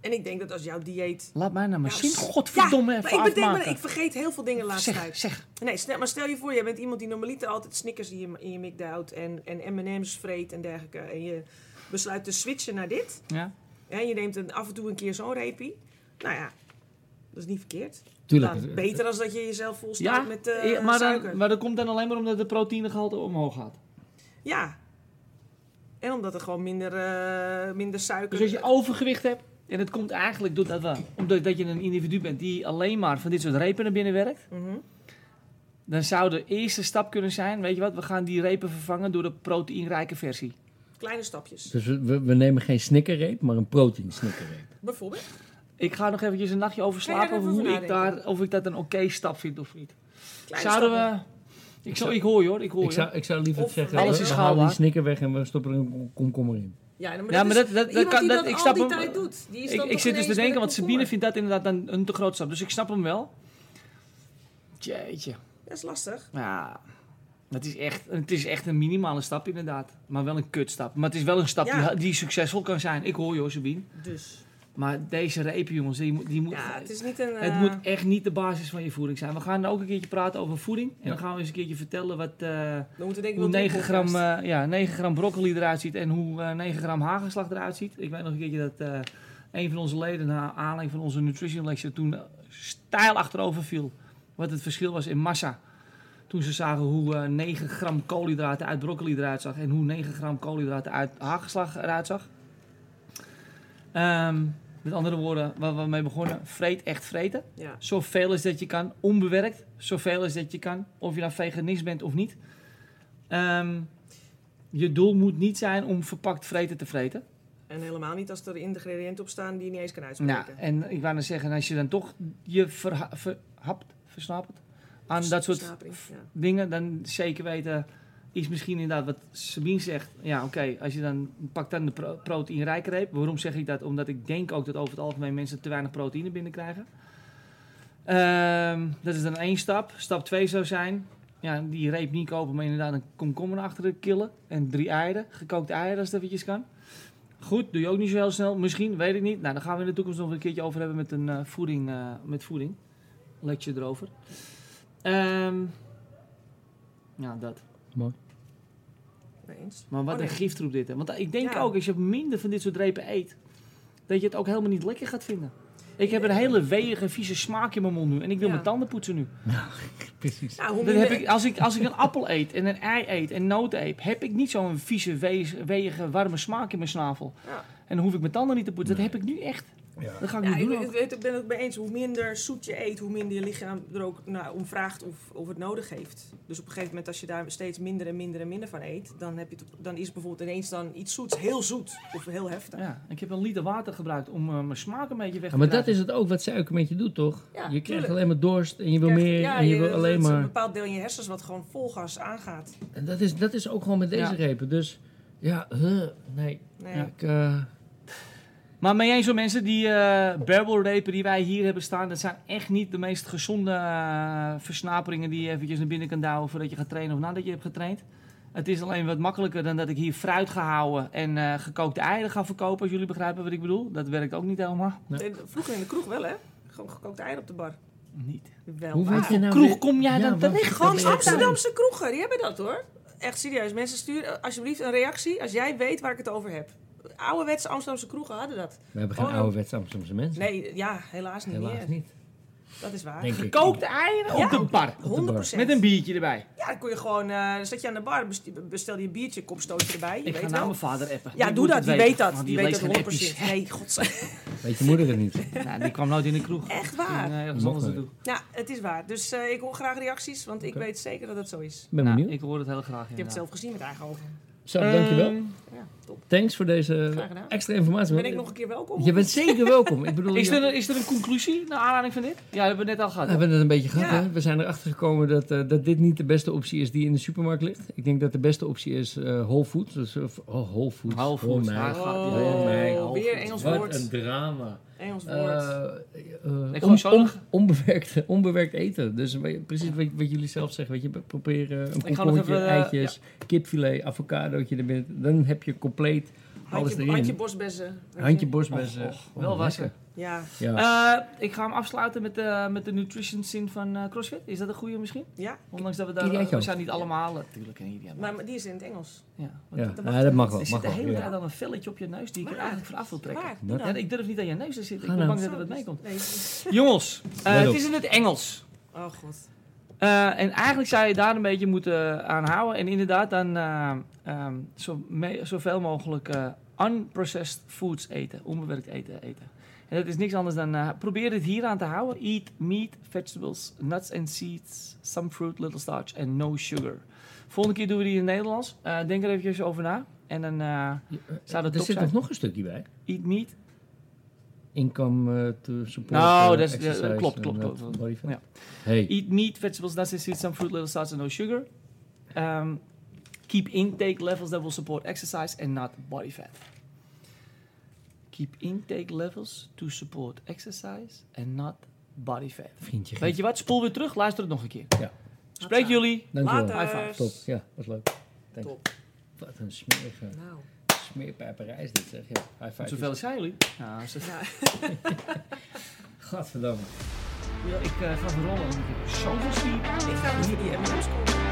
S2: En ik denk dat als jouw dieet...
S1: laat mij nou maar
S2: Ja,
S1: zien.
S2: s-
S1: Godverdomme
S2: ja, maar
S1: even
S2: ik, bedenk me,
S1: afmaken.
S2: ik vergeet heel veel dingen laatst
S1: zeg,
S2: tijd.
S1: zeg.
S2: Nee, stel, maar stel je voor, jij bent iemand die normaliter altijd Snickers in je, in je mik duwt en, en M&M's vreet en dergelijke. En je besluit te switchen naar dit.
S1: Ja?
S2: En je neemt een, af en toe een keer zo'n reepie. Nou ja, dat is niet verkeerd.
S3: Tuurlijk.
S2: Nou,
S3: het-
S2: beter als dat je jezelf volstaat met eh
S1: ja, maar,
S2: suiker.
S1: dan, maar dat komt dan alleen maar omdat de proteïnegehalte omhoog gaat.
S2: Ja. En omdat er gewoon minder, eh, minder suiker...
S1: Dus als je overgewicht hebt, en het komt eigenlijk doordat we, omdat dat je een individu bent die alleen maar van dit soort repen naar binnen werkt,
S2: Mhm.
S1: dan zou de eerste stap kunnen zijn, weet je wat, we gaan die repen vervangen door de proteïnrijke versie.
S2: Kleine stapjes.
S3: Dus we, we- we nemen geen snickerreep, maar een protein snickerreep.
S2: Bijvoorbeeld.
S1: Ik ga nog eventjes een nachtje over
S2: Ga jij
S1: slapen
S2: er
S1: over
S2: even
S1: hoe
S2: over
S1: ik
S2: nadenken?
S1: daar, of ik dat een oké stap vind of niet.
S2: Kleine
S1: Zouden
S2: stappen.
S1: we... Ik, zou, ik hoor je hoor, ik hoor
S3: Ik
S1: je.
S3: zou, ik zou liever
S2: Of
S3: zeggen,
S1: alles
S3: we
S1: is
S3: halen die
S1: schaalbaar.
S3: snicker weg en we stoppen er een kom- komkommer in.
S2: Ja, maar,
S1: Ja, maar
S2: is
S1: dat- dat- dat
S2: iemand
S1: kan-
S2: die
S1: dat-
S2: dat
S1: ik
S2: al
S1: snap
S2: die
S1: hem-
S2: tijd doet. Die is
S1: Ik,
S2: dan
S1: ik
S2: toch
S1: zit dus te
S2: ineens
S1: denken,
S2: met
S1: want
S2: een
S1: Sabine
S2: comfort.
S1: vindt dat inderdaad een, een te groot stap. Dus ik snap hem wel. Jeetje.
S2: Dat is lastig.
S1: Ja, het is, echt, het is echt een minimale stap inderdaad. Maar wel een kutstap. Maar het is wel een stap
S2: Ja.
S1: die, die succesvol kan zijn. Ik hoor jou, Sabine.
S2: Dus.
S1: Maar deze repen, jongens, die, moet- die moet...
S2: Ja, het
S1: het,
S2: is niet een... eh,
S1: moet echt niet de basis van je voeding zijn. We gaan ook een keertje praten over voeding. En
S3: Ja.
S1: dan gaan we eens een keertje vertellen wat... eh,
S2: we moeten denken
S1: hoe
S2: wel drie
S1: 9 gram,
S2: podcasts.
S1: eh, ja, 9 gram broccoli eruit ziet en hoe eh 9 gram hagelslag eruit ziet. Ik weet nog een keertje dat eh, een van onze leden, na aanleiding van onze nutrition lecture, toen eh, stijl achterover viel. Wat het verschil was in massa. Toen ze zagen hoe eh 9 gram koolhydraten uit broccoli eruit zag en hoe 9 gram koolhydraten uit hagelslag eruit zag. Ehm, met andere woorden, waar we mee begonnen, vreet echt vreten.
S2: Ja.
S1: Zoveel als dat je kan, onbewerkt. Zoveel als dat je kan, of je nou veganist bent of niet. Ehm, je doel moet niet zijn om verpakt vreten te vreten.
S2: En helemaal niet als er ingrediënten op staan die je niet eens kan
S1: Nou,
S2: uitspreken.
S1: en ik wou dan zeggen, als je dan toch je verha- verhapt, versnapert aan dat soort
S2: Versnapering,
S1: v-
S2: ja.
S1: dingen, dan zeker weten is misschien inderdaad wat Sabine zegt. Ja, oké, als je dan pakt dan de pro proteïnrijke reep. Waarom zeg ik dat? Omdat ik denk ook dat over het algemeen mensen te weinig proteïne binnenkrijgen. Ehm, dat is dan één stap. Stap twee zou zijn, ja, die reep niet kopen, maar inderdaad een komkommer achter de killen. En drie eieren, gekookte eieren als het eventjes kan. Goed, doe je ook niet zo heel snel. Misschien, weet ik niet. Nou, dan gaan we in de toekomst nog een keertje over hebben met, een, eh, voeding, eh, met voeding. Lecture erover. Ehm ja, dat.
S2: Nee eens.
S1: Maar wat
S2: Oh, nee.
S1: een giftroep dit. Hè? Want ik denk
S2: Ja.
S1: ook, als je minder van dit soort repen eet, dat je het ook helemaal niet lekker gaat vinden. Ik heb een hele weeige, vieze smaak in mijn mond nu. En ik wil
S2: Ja.
S1: mijn tanden poetsen nu.
S3: Precies.
S2: Nou, hoe
S1: Dat heb
S2: minder-
S1: ik, als, ik, als ik een appel eet en een ei eet en noten eet, heb ik niet zo'n vieze, wees- weeige, warme smaak in mijn snavel.
S2: Ja.
S1: En dan hoef ik mijn tanden niet te poetsen. Dat heb ik nu echt.
S4: Ja.
S1: Dat ga ik
S2: Ja,
S1: niet
S2: ik,
S1: doen. ook.
S2: ik, weet- ik ben het ook mee eens. Hoe minder zoet je eet, hoe minder je lichaam er ook nou, om vraagt of, of het nodig heeft. Dus op een gegeven moment, als je daar steeds minder en minder en minder van eet, dan, heb je het op- dan is het bijvoorbeeld ineens dan iets zoets heel zoet of heel heftig.
S1: Ja, ik heb een liter water gebruikt om eh, mijn smaak een beetje weg te
S3: Ja, maar dat
S1: krijgen.
S3: is het ook wat suiker met je doet, toch?
S2: Ja,
S3: je krijgt
S2: tuurlijk.
S3: alleen maar dorst en je wil
S2: Krijg-
S3: meer
S2: ja,
S3: en je,
S2: je-
S3: wil alleen
S2: het is
S3: maar...
S2: een bepaald deel in je hersens wat gewoon vol gas aangaat.
S3: En dat is, dat is ook gewoon met deze
S1: Ja.
S3: repen. Dus ja, huh, nee.
S2: Nee.
S1: Ja.
S3: Ik,
S2: Ah.
S3: eh,
S1: Maar mee eens hoor mensen, die eh barrelrepen die wij hier hebben staan, dat zijn echt niet de meest gezonde eh, versnaperingen die je eventjes naar binnen kan douwen voordat je gaat trainen of nadat je hebt getraind. Het is alleen wat makkelijker dan dat ik hier fruit ga houden en eh, gekookte eieren ga verkopen, als jullie begrijpen wat ik bedoel. Dat werkt ook niet helemaal.
S2: Eh, Vroeger in de kroeg wel, hè? Gewoon gekookt eieren op de bar.
S1: Niet.
S2: Wel
S3: hoe
S2: waar.
S3: weet je nou
S1: Kroeg,
S3: weer-
S1: kom jij dan
S3: wat-
S1: terecht?
S3: wat-
S2: Gewoon
S3: wat-
S2: Amsterdamse kroegen, die hebben dat hoor. Echt serieus, mensen sturen alsjeblieft een reactie als jij weet waar ik het over heb. Ouderwetse Amsterdamse kroegen hadden dat.
S3: We hebben geen
S2: Oh,
S3: ouderwets Amsterdamse mensen.
S2: Nee, ja, helaas niet
S3: Helaas
S2: meer.
S3: niet,
S2: Dat is waar.
S3: denk ik.
S1: Kookte eieren
S2: Ja.
S1: op de bar.
S2: 100
S1: Met een biertje erbij.
S2: Ja, dan kon je gewoon, eh, dan zat je aan de bar, best- bestelde je een biertje, kopstootje erbij. Je
S1: Ik ga
S2: weet
S1: naar
S2: wel.
S1: mijn vader appen.
S2: Ja,
S1: Die
S2: doe
S1: moet
S2: dat,
S1: het
S2: die
S1: weten,
S2: weet dat.
S1: want
S2: Die weet
S1: leest
S2: dat
S1: geen
S2: 100
S1: appjes.
S2: Nee, gods.
S3: Weet je moeder het niet?
S1: Nou, die kwam nooit in de kroeg.
S2: Echt waar.
S1: Ging, eh, ergens
S3: Mocht
S1: anders
S3: niet.
S1: naartoe.
S2: Ja, het is waar. Dus eh, ik hoor graag reacties, want ik
S3: Oké.
S2: weet zeker dat het zo is.
S3: Ik ben
S1: Nou,
S3: benieuwd.
S1: ik hoor het heel graag.
S2: Je hebt het zelf gezien met eigen
S1: Eh,
S2: ogen.
S3: Zo, dankjewel.
S1: Ehm,
S2: Ja, top.
S3: Thanks voor deze
S2: Graag gedaan.
S3: extra
S1: eh,
S3: informatie.
S2: Ben ik nog een keer welkom?
S3: Je bent zeker welkom. Ik bedoel,
S1: Is
S3: ja,
S1: er, een- is er een conclusie naar aanleiding van dit? Ja, dat hebben we net al
S3: we
S1: gehad.
S3: hebben het een beetje gehad.
S2: Ja.
S3: Hè? We zijn erachter gekomen dat, eh, dat dit niet de beste optie is die in de supermarkt ligt. Ik denk dat de beste optie is eh Whole Foods. Dus, eh, oh, Whole Foods.
S1: Half
S3: Hoor mij.
S1: ja,
S2: Oh,
S3: Hoor mij.
S2: weer Engels
S3: Wat
S2: woord.
S3: een drama.
S2: Engels woord.
S3: Eh, eh,
S1: Ik
S3: on-
S1: geloof zo
S3: on-
S1: nog-
S3: onbewerkt, onbewerkt eten. Dus weet je, precies wat, wat jullie zelf zeggen. Weet je, we proberen een
S1: nog
S3: komkommertje,
S1: even, eh,
S3: eitjes, kipfilet, avocadootje erbinnen. Dan heb je compleet alles
S2: handje,
S3: erin. Oh,
S2: handje bosbessen. weet
S3: Handje
S2: je.
S3: borstbessen.
S1: Och, och, wel wassen.
S2: Ja,
S3: Ja.
S1: Eh, ik ga hem afsluiten met, eh, met de nutrition zin van eh, CrossFit. Is dat een goede misschien?
S2: ja.
S1: Ondanks dat we daar...
S3: Ideaatje
S1: we
S3: ook.
S1: zijn niet allemaal... eh, Natuurlijk, een idee.
S2: Maar, maar die is in het Engels.
S1: Ja, want
S3: ja.
S1: er
S3: dat,
S2: mag-
S3: ja, dat mag wel.
S1: zit
S3: Mag
S1: de
S3: wel.
S1: hele
S3: ja.
S1: tijd al een velletje op je neus die ik er
S2: Maar-
S1: eigenlijk vanaf wil trekken.
S2: Waar? Doe
S3: Ja.
S1: Ja,
S2: dat.
S1: ik durf niet aan je neus te zitten. Ik
S3: Ga
S1: ben
S3: nou.
S1: bang dat er wat mee komt.
S2: Nee.
S1: Jongens, eh,
S3: Let
S1: het
S3: op.
S1: is in het Engels.
S2: Oh god.
S1: Eh, en eigenlijk zou je daar een beetje moeten eh, aan houden. En inderdaad dan eh, ehm, zo me- zoveel mogelijk eh, unprocessed foods eten. Onbewerkt eten eten. En dat is niks anders dan... eh, probeer het hier aan te houden. Eat meat, vegetables, nuts and seeds, some fruit, little starch and no sugar. Volgende keer doen we die in het Nederlands. Eh, denk er eventjes over na. En dan eh, Zou dat
S3: er
S1: top
S3: zit
S1: zijn?
S3: toch nog een stukje bij.
S1: eat meat.
S3: Income eh, to support.
S1: Nou,
S3: eh,
S1: dat is- eh,
S3: exercise
S1: klopt,
S3: en,
S1: klopt,
S3: eh,
S1: klopt, klopt.
S3: body fat.
S1: Ja.
S3: Hey,
S1: Eat meat, vegetables, nuts and seeds, some fruit, little starch and no sugar. Um, Ehm, keep intake levels that will support exercise and not body fat. Keep intake levels to support exercise and not body fat.
S3: Vriendje.
S1: Weet je wat? Spoel weer terug, luister het nog een keer.
S3: Ja.
S1: Spreek jullie.
S3: Dankjewel.
S2: Later.
S1: High five.
S3: Top. Ja, was leuk. Dank je.
S2: Top.
S3: Wat een smerige,
S2: Nou.
S3: smeerpijperij dit zeg. Ja, high five.
S1: Zoveel zijn jullie? Nou, ze-
S2: Ja.
S3: Gadverdamme.
S1: Ja, ik eh, ga verrollen, want ik heb zoveel stier. dus
S2: Ik ga eh, met die M&M's komen.